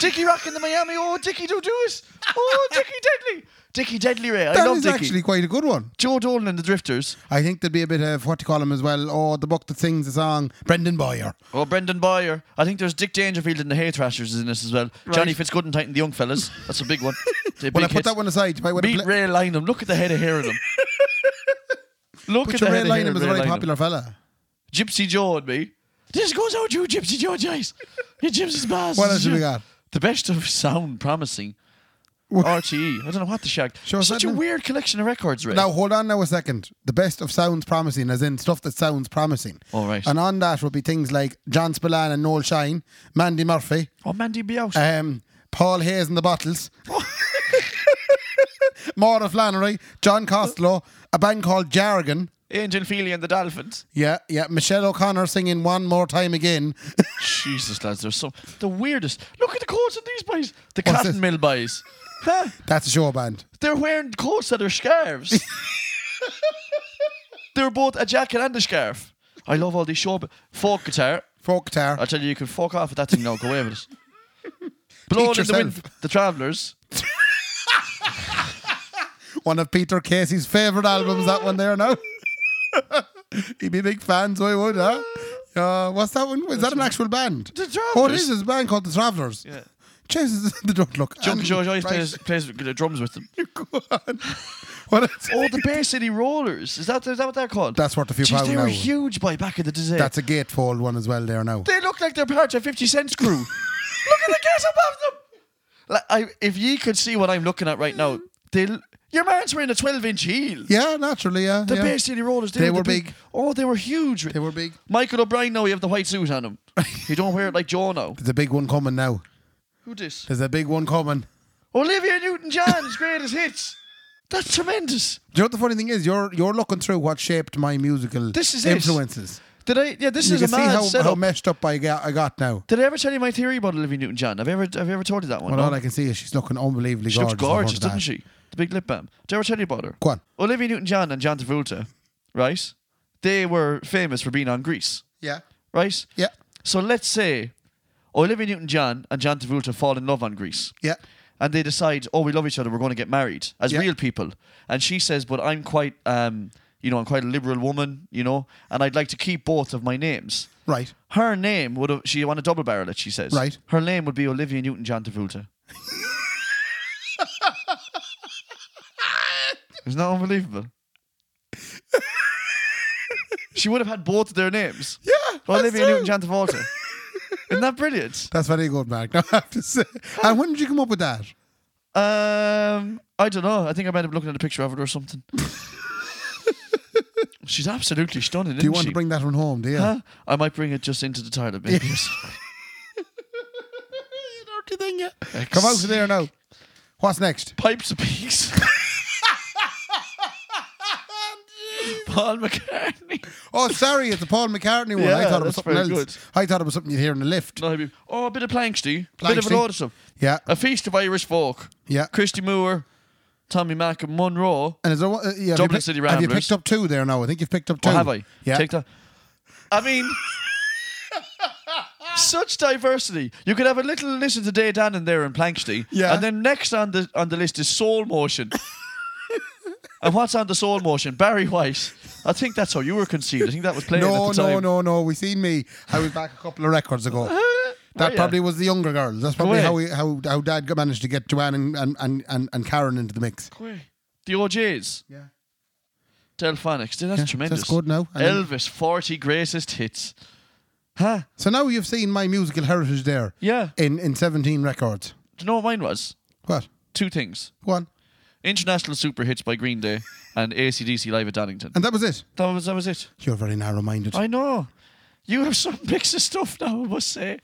[SPEAKER 3] Dickie Rock in the Miami. Oh, Dickie, do do it. Oh, Dickie Deadly. Dickie Deadly Ray. I
[SPEAKER 4] That
[SPEAKER 3] love
[SPEAKER 4] is
[SPEAKER 3] Dickie.
[SPEAKER 4] actually quite a good one.
[SPEAKER 3] Joe Dolan and the Drifters.
[SPEAKER 4] I think there'd be a bit of what do you call him as well, or the book that sings the song, Brendan Boyer.
[SPEAKER 3] Oh, Brendan Boyer. I think there's Dick Dangerfield and the Hay Thrashers is in this as well. Johnny Fitzgood and Titan the Young Fellas. That's a big one. It's a
[SPEAKER 4] Well, I
[SPEAKER 3] big
[SPEAKER 4] put
[SPEAKER 3] hit.
[SPEAKER 4] that one aside. You might want to
[SPEAKER 3] Beat
[SPEAKER 4] pla-
[SPEAKER 3] Ray Lynham. Look at the head of hair of
[SPEAKER 4] [laughs]
[SPEAKER 3] them. Look
[SPEAKER 4] But
[SPEAKER 3] at the head
[SPEAKER 4] your Ray
[SPEAKER 3] of hair
[SPEAKER 4] Lynham
[SPEAKER 3] of
[SPEAKER 4] is a
[SPEAKER 3] Ray
[SPEAKER 4] very
[SPEAKER 3] Lynham.
[SPEAKER 4] popular fella.
[SPEAKER 3] Gypsy Joe and me. This goes out you, Gypsy Joe, guys. You gypsy's boss.
[SPEAKER 4] What else have we got?
[SPEAKER 3] The best of sound promising.
[SPEAKER 4] What?
[SPEAKER 3] RTE. I don't know what the shag.
[SPEAKER 4] Sure,
[SPEAKER 3] Such a
[SPEAKER 4] Sandman.
[SPEAKER 3] weird collection of records, Ray.
[SPEAKER 4] Now hold on now a second. The best of sounds promising, as in stuff that sounds promising.
[SPEAKER 3] All right.
[SPEAKER 4] And on that would be things like John Spillane and Noel Shine, Mandy Murphy,
[SPEAKER 3] Oh, Mandy Bios.
[SPEAKER 4] um, Paul Hayes and the Bottles, [laughs] Maura Flannery, John Costello, a band called Jargon.
[SPEAKER 3] Angel Feely and the Dolphins.
[SPEAKER 4] Yeah, yeah. Michelle O'Connor singing one more time again. [laughs]
[SPEAKER 3] Jesus, lads, there's some the weirdest. Look at the coats of these boys. The
[SPEAKER 4] What's
[SPEAKER 3] cotton
[SPEAKER 4] this?
[SPEAKER 3] mill boys. Huh?
[SPEAKER 4] That's a show band.
[SPEAKER 3] They're wearing coats that are
[SPEAKER 4] [laughs]
[SPEAKER 3] scarves. They're both a jacket and a scarf. I love all these show folk guitar.
[SPEAKER 4] Folk guitar.
[SPEAKER 3] I tell you, you can fuck off with that thing now. Go away with it.
[SPEAKER 4] [laughs]
[SPEAKER 3] Blown in the wind.
[SPEAKER 4] yourself.
[SPEAKER 3] The Travellers.
[SPEAKER 4] one of Peter Casey's favourite albums, that one there now. [laughs] He'd be a big fan, so he would, huh? Uh, what's that one? Is that an actual band?
[SPEAKER 3] The
[SPEAKER 4] Oh, it
[SPEAKER 3] Travellers.
[SPEAKER 4] is. It's a band called The Travellers.
[SPEAKER 3] Yeah.
[SPEAKER 4] Jesus, [laughs] they don't look.
[SPEAKER 3] Junkie George always
[SPEAKER 4] Right,
[SPEAKER 3] plays, plays the drums with them.
[SPEAKER 4] [laughs] Go on. What else?
[SPEAKER 3] Oh, the Bay City Rollers. Is that, is that what they're called?
[SPEAKER 4] That's worth a few
[SPEAKER 3] Jeez,
[SPEAKER 4] pound
[SPEAKER 3] they
[SPEAKER 4] now.
[SPEAKER 3] were huge by back in the day.
[SPEAKER 4] That's a gatefold one as well there now.
[SPEAKER 3] They look like they're part of 50 Cent's crew. look at the gas above them. Like, I, if ye could see what I'm looking at right now, they l- your man's wearing a 12 inch heel.
[SPEAKER 4] Yeah, naturally, yeah.
[SPEAKER 3] The
[SPEAKER 4] yeah.
[SPEAKER 3] Bay City Rollers, they,
[SPEAKER 4] They
[SPEAKER 3] were, the
[SPEAKER 4] were
[SPEAKER 3] big,
[SPEAKER 4] big.
[SPEAKER 3] Oh, they were huge. They
[SPEAKER 4] were big.
[SPEAKER 3] Michael O'Brien, now he have the white suit on him. he don't wear it like Joe now.
[SPEAKER 4] There's a big one coming now.
[SPEAKER 3] Who this?
[SPEAKER 4] There's a big one coming.
[SPEAKER 3] Olivia Newton John's greatest hits. That's tremendous.
[SPEAKER 4] Do you know what the funny thing is? You're you're looking through what shaped my musical
[SPEAKER 3] This is it.
[SPEAKER 4] influences.
[SPEAKER 3] Did I? Yeah, this
[SPEAKER 4] You
[SPEAKER 3] is a
[SPEAKER 4] can see
[SPEAKER 3] mad
[SPEAKER 4] how,
[SPEAKER 3] setup.
[SPEAKER 4] how messed up I got, I got now.
[SPEAKER 3] Did I ever tell you my theory about Olivia Newton-John? Have you ever, have you ever told you that one?
[SPEAKER 4] Well,
[SPEAKER 3] No?
[SPEAKER 4] all I can see is she's looking unbelievably
[SPEAKER 3] she
[SPEAKER 4] gorgeous.
[SPEAKER 3] looked
[SPEAKER 4] in front
[SPEAKER 3] gorgeous,
[SPEAKER 4] of that.
[SPEAKER 3] didn't she? The big lip balm. Did I ever tell you about her?
[SPEAKER 4] Go on.
[SPEAKER 3] Olivia Newton-John and John Travolta, right? They were famous for being on Greece,
[SPEAKER 4] Yeah.
[SPEAKER 3] right?
[SPEAKER 4] Yeah.
[SPEAKER 3] So let's say Olivia Newton-John and John Travolta fall in love on Greece.
[SPEAKER 4] Yeah.
[SPEAKER 3] And they decide, oh, we love each other. We're going to get married as
[SPEAKER 4] Yeah.
[SPEAKER 3] real people. And she says, but I'm quite, um, you know, I'm quite a liberal woman, you know, and I'd like to keep both of my names.
[SPEAKER 4] Right.
[SPEAKER 3] Her name would have. She want a double barrel it. She says.
[SPEAKER 4] Right.
[SPEAKER 3] Her name would be Olivia Newton John
[SPEAKER 4] [laughs]
[SPEAKER 3] Travolta. Isn't that unbelievable? she would have had both of their names.
[SPEAKER 4] Yeah.
[SPEAKER 3] Olivia Newton John Travolta. Isn't that brilliant?
[SPEAKER 4] That's very good, Mark. [laughs] Now I have to say. And when did you come up with that?
[SPEAKER 3] Um, I don't know. I think I might have looking at a picture of it or
[SPEAKER 4] [laughs]
[SPEAKER 3] something. She's absolutely stunning.
[SPEAKER 4] Do you want to bring that one home, do
[SPEAKER 3] [laughs]
[SPEAKER 4] you?
[SPEAKER 3] Huh? I might bring it just into the toilet, maybe.
[SPEAKER 4] dirty thing, yeah. Come out of there now. What's next?
[SPEAKER 3] Pipes a piece. Paul McCartney.
[SPEAKER 4] Oh, sorry, it's the Paul McCartney one. I
[SPEAKER 3] Yeah,
[SPEAKER 4] thought it
[SPEAKER 3] that's
[SPEAKER 4] was something else.
[SPEAKER 3] very good.
[SPEAKER 4] I thought it was something you'd hear in the lift.
[SPEAKER 3] No, I mean, oh, a bit of Planksty. A bit of
[SPEAKER 4] Planksty.
[SPEAKER 3] an autumn.
[SPEAKER 4] Yeah.
[SPEAKER 3] A feast of Irish folk.
[SPEAKER 4] Yeah.
[SPEAKER 3] Christy Moore, Tommy Mack, and Monroe.
[SPEAKER 4] And is there one, uh, yeah, have you
[SPEAKER 3] Dublin
[SPEAKER 4] pick-
[SPEAKER 3] City
[SPEAKER 4] Have you
[SPEAKER 3] Ramblers.
[SPEAKER 4] picked up two there now? I think you've picked up two.
[SPEAKER 3] Or have I?
[SPEAKER 4] Yeah.
[SPEAKER 3] Take that. I
[SPEAKER 4] [laughs]
[SPEAKER 3] mean, such diversity. You could have a little listen to Day Dan in there in Planksty.
[SPEAKER 4] Yeah.
[SPEAKER 3] And then next on the on the list is Soul
[SPEAKER 4] [laughs]
[SPEAKER 3] Motion. and what's on the Soul Motion? Barry White. I think that's how you were conceived. I think that was playing
[SPEAKER 4] No,
[SPEAKER 3] at the time. Uh,
[SPEAKER 4] no, no, no. We seen me. I was back a couple of records ago. That
[SPEAKER 3] oh, yeah.
[SPEAKER 4] probably was the younger girl. That's probably
[SPEAKER 3] ahead.
[SPEAKER 4] how, we, how how Dad got- managed to get Joanne and, and, and, and, and Karen into the mix.
[SPEAKER 3] no. The OJs.
[SPEAKER 4] Yeah.
[SPEAKER 3] Delphonics. Dude, that's
[SPEAKER 4] that's
[SPEAKER 3] tremendous.
[SPEAKER 4] good now. I mean-
[SPEAKER 3] Elvis, 40 greatest hits. Huh?
[SPEAKER 4] So now you've seen my musical heritage there.
[SPEAKER 3] Yeah.
[SPEAKER 4] In in seventeen records.
[SPEAKER 3] Do you know what mine was?
[SPEAKER 4] What?
[SPEAKER 3] Two things.
[SPEAKER 4] Go on.
[SPEAKER 3] International Super Hits by Green Day and ACDC Live at Donington.
[SPEAKER 4] And that was it.
[SPEAKER 3] That was, that was it.
[SPEAKER 4] You're very narrow-minded.
[SPEAKER 3] I know. You have some [laughs] mix of stuff now, I must say.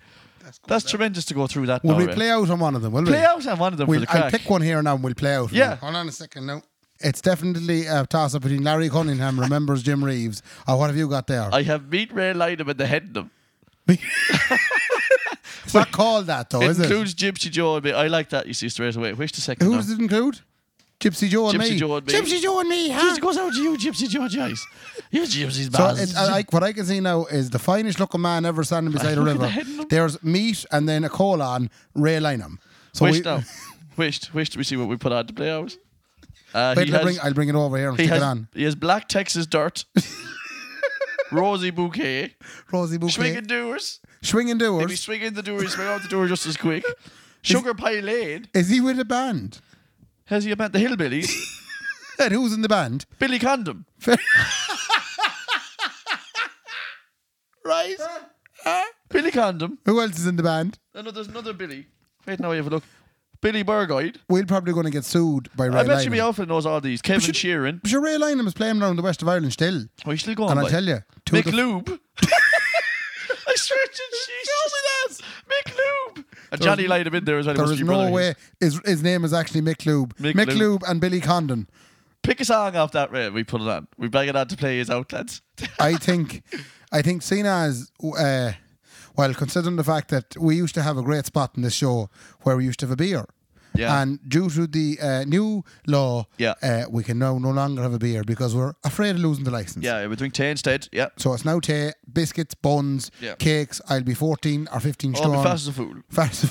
[SPEAKER 3] That's, tremendous to go through that
[SPEAKER 4] Will
[SPEAKER 3] now,
[SPEAKER 4] we
[SPEAKER 3] Ray.
[SPEAKER 4] play out on one of them? Will we?
[SPEAKER 3] Play out on one of them
[SPEAKER 4] We'll,
[SPEAKER 3] for the
[SPEAKER 4] I'll
[SPEAKER 3] crack.
[SPEAKER 4] pick one here now and we'll play out.
[SPEAKER 3] Yeah.
[SPEAKER 4] Hold on a second now. It's definitely a toss up between Larry Cunningham remembers Jim Reeves. Or what have you got there?
[SPEAKER 3] I have Meat Ray Lynham and the Headnam.
[SPEAKER 4] it's not called that though,
[SPEAKER 3] It
[SPEAKER 4] Oh, is
[SPEAKER 3] includes Gypsy Joe and me. I like that, you see, straight away. Where's the
[SPEAKER 4] it?
[SPEAKER 3] second
[SPEAKER 4] Who's
[SPEAKER 3] now?
[SPEAKER 4] it include? Gypsy Joe and
[SPEAKER 3] Gypsy
[SPEAKER 4] me.
[SPEAKER 3] Joe and me.
[SPEAKER 4] Gypsy Joe and me. Huh?
[SPEAKER 3] Gypsy goes out to you, Gypsy Joe Joyce. You Gypsy's
[SPEAKER 4] So
[SPEAKER 3] bastard. [laughs]
[SPEAKER 4] it, I, I, what I can see now is the finest looking man ever standing beside a
[SPEAKER 3] Look at
[SPEAKER 4] river.
[SPEAKER 3] the head of him.
[SPEAKER 4] There's meat and then a colon, Ray Lynham. So
[SPEAKER 3] Wished
[SPEAKER 4] we-
[SPEAKER 3] now. Wished. Wished we see what we put on to play out. Uh,
[SPEAKER 4] wait,
[SPEAKER 3] he
[SPEAKER 4] I'll,
[SPEAKER 3] has-
[SPEAKER 4] bring, I'll bring it over here and
[SPEAKER 3] He
[SPEAKER 4] stick
[SPEAKER 3] has,
[SPEAKER 4] it on.
[SPEAKER 3] he has black Texas
[SPEAKER 4] [laughs]
[SPEAKER 3] dirt, rosy bouquet,
[SPEAKER 4] Rosie
[SPEAKER 3] swinging
[SPEAKER 4] Bouquet.
[SPEAKER 3] doers.
[SPEAKER 4] Swinging
[SPEAKER 3] If you
[SPEAKER 4] doers.
[SPEAKER 3] swing in the door, you swing out the door just as
[SPEAKER 4] [laughs]
[SPEAKER 3] quick. Sugar Pie Lane.
[SPEAKER 4] Is he with
[SPEAKER 3] [laughs]
[SPEAKER 4] a band?
[SPEAKER 3] Has he about the hillbillies?
[SPEAKER 4] [laughs] And who's in the band?
[SPEAKER 3] Billy Condom.
[SPEAKER 4] [laughs] Right.
[SPEAKER 3] Billy Condom.
[SPEAKER 4] Who else is in the band?
[SPEAKER 3] Oh, no, there's another Billy. Wait, now I have a look. Billy Burgoyne.
[SPEAKER 4] we're probably going to get sued by Ray
[SPEAKER 3] I bet you
[SPEAKER 4] Lynham.
[SPEAKER 3] me outfit knows all these. Kevin Sheeran.
[SPEAKER 4] But sure, Ray Lynham is playing around the west of Ireland still.
[SPEAKER 3] Oh, he's still going.
[SPEAKER 4] And I
[SPEAKER 3] by.
[SPEAKER 4] tell you, two of
[SPEAKER 3] Mick
[SPEAKER 4] the- [laughs]
[SPEAKER 3] Lube. I swear to Jesus. Mick Lube. And Johnny laid him in there as well. He
[SPEAKER 4] There
[SPEAKER 3] must
[SPEAKER 4] is
[SPEAKER 3] be brother
[SPEAKER 4] no
[SPEAKER 3] his.
[SPEAKER 4] way his, his name is actually Mick Lube.
[SPEAKER 3] Mick
[SPEAKER 4] Mick
[SPEAKER 3] Lube.
[SPEAKER 4] Lube and Billy Condon.
[SPEAKER 3] Pick a song off that rate. We put it on. We bang it on to play his out,
[SPEAKER 4] [laughs]
[SPEAKER 3] lads. [laughs]
[SPEAKER 4] I think, I think seen as, uh, well, considering the fact that we used to have a great spot in this show where we used to have a beer.
[SPEAKER 3] Yeah.
[SPEAKER 4] And due to the uh, new law,
[SPEAKER 3] Yeah.
[SPEAKER 4] uh, we can now no longer have a beer because we're afraid of losing the license.
[SPEAKER 3] yeah, we drink tea instead. Yeah.
[SPEAKER 4] So it's now tea, biscuits, buns,
[SPEAKER 3] Yeah.
[SPEAKER 4] cakes. I'll be 14 or 15
[SPEAKER 3] Oh,
[SPEAKER 4] strong.
[SPEAKER 3] be
[SPEAKER 4] [laughs]
[SPEAKER 3] fast as a fool.
[SPEAKER 4] Fast-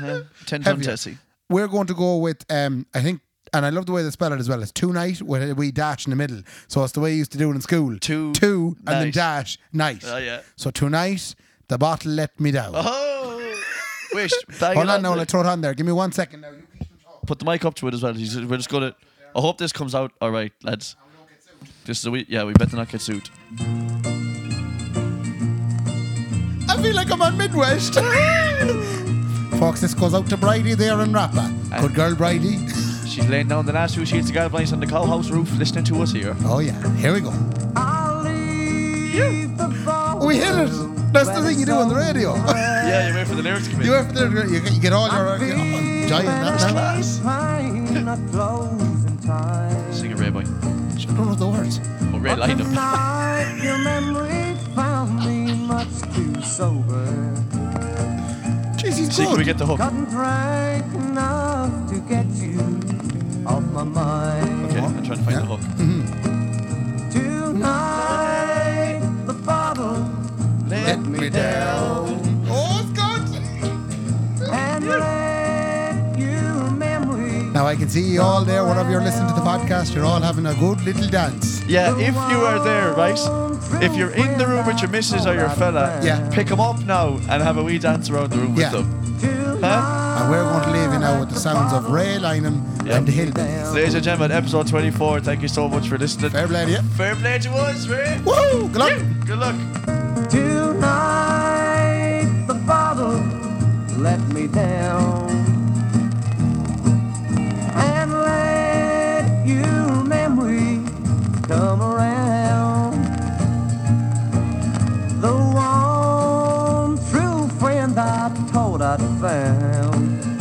[SPEAKER 3] Yeah. Ten
[SPEAKER 4] Have
[SPEAKER 3] ton
[SPEAKER 4] you?
[SPEAKER 3] Tessie.
[SPEAKER 4] we're going to go with um I think and I love the way they spell it as well. It's two night with a wee dash in the middle. So it's the way you used to do it in school.
[SPEAKER 3] Two
[SPEAKER 4] two and then
[SPEAKER 3] night.
[SPEAKER 4] dash night.
[SPEAKER 3] Oh, yeah.
[SPEAKER 4] So tonight the bottle let me down.
[SPEAKER 3] Oh, wish. [laughs] Bang
[SPEAKER 4] Hold
[SPEAKER 3] it
[SPEAKER 4] on now,
[SPEAKER 3] there.
[SPEAKER 4] let's throw it on there. Give me one second now. You keep them talking.
[SPEAKER 3] Put the mic up to it as well. He's, we're just gonna. I hope this comes out all right, lads. This is a we. Yeah, we better not get sued.
[SPEAKER 4] I feel like I'm on Midwest. [laughs] Fox, this goes out to Bridie there in Rappa. Good girl, Bridie. [laughs]
[SPEAKER 3] She's laying down the last two sheets of galvanized on the cow house roof, listening to us here.
[SPEAKER 4] Oh, yeah. Here we go. We hit it. That's the thing you do on the radio. [laughs]
[SPEAKER 3] Yeah, you wait for the lyrics to come in.
[SPEAKER 4] you, have to, you get- you get all your. you- oh, giant, that's class.
[SPEAKER 3] Sing it, Ray Boy.
[SPEAKER 4] I don't know the words.
[SPEAKER 3] Oh, Ray lined up.
[SPEAKER 6] Your memory found me much too sober.
[SPEAKER 4] Jeez, he's
[SPEAKER 3] See, can we
[SPEAKER 4] good.
[SPEAKER 3] get the hook?
[SPEAKER 6] Couldn't drink enough to get you off my mind. Mm-hmm.
[SPEAKER 3] Okay, I'm trying to find
[SPEAKER 4] Yeah.
[SPEAKER 3] the hook.
[SPEAKER 6] Tonight the bottle
[SPEAKER 4] Let me down. Oh, it's good.
[SPEAKER 6] and let your memory.
[SPEAKER 4] Now I can see you all there. Whenever you're listening to the podcast, you're all having a good little dance.
[SPEAKER 3] Yeah, if you are there, right? If you're in the room with your missus or your fella,
[SPEAKER 4] Yeah.
[SPEAKER 3] pick them up now and have a wee dance around the room
[SPEAKER 4] Yeah.
[SPEAKER 3] with them.
[SPEAKER 6] Tonight
[SPEAKER 4] And we're going to leave you now with the sounds of Ray Lynham and the Hillbillies.
[SPEAKER 3] Ladies and gentlemen, episode 24. Thank you so much for listening.
[SPEAKER 4] Fair play to you.
[SPEAKER 3] Fair play to us, Ray.
[SPEAKER 4] Woo! Good luck.
[SPEAKER 3] Good luck.
[SPEAKER 6] Tonight the bottle let me down and let your memory come around. The one true friend I told. thought I'd found.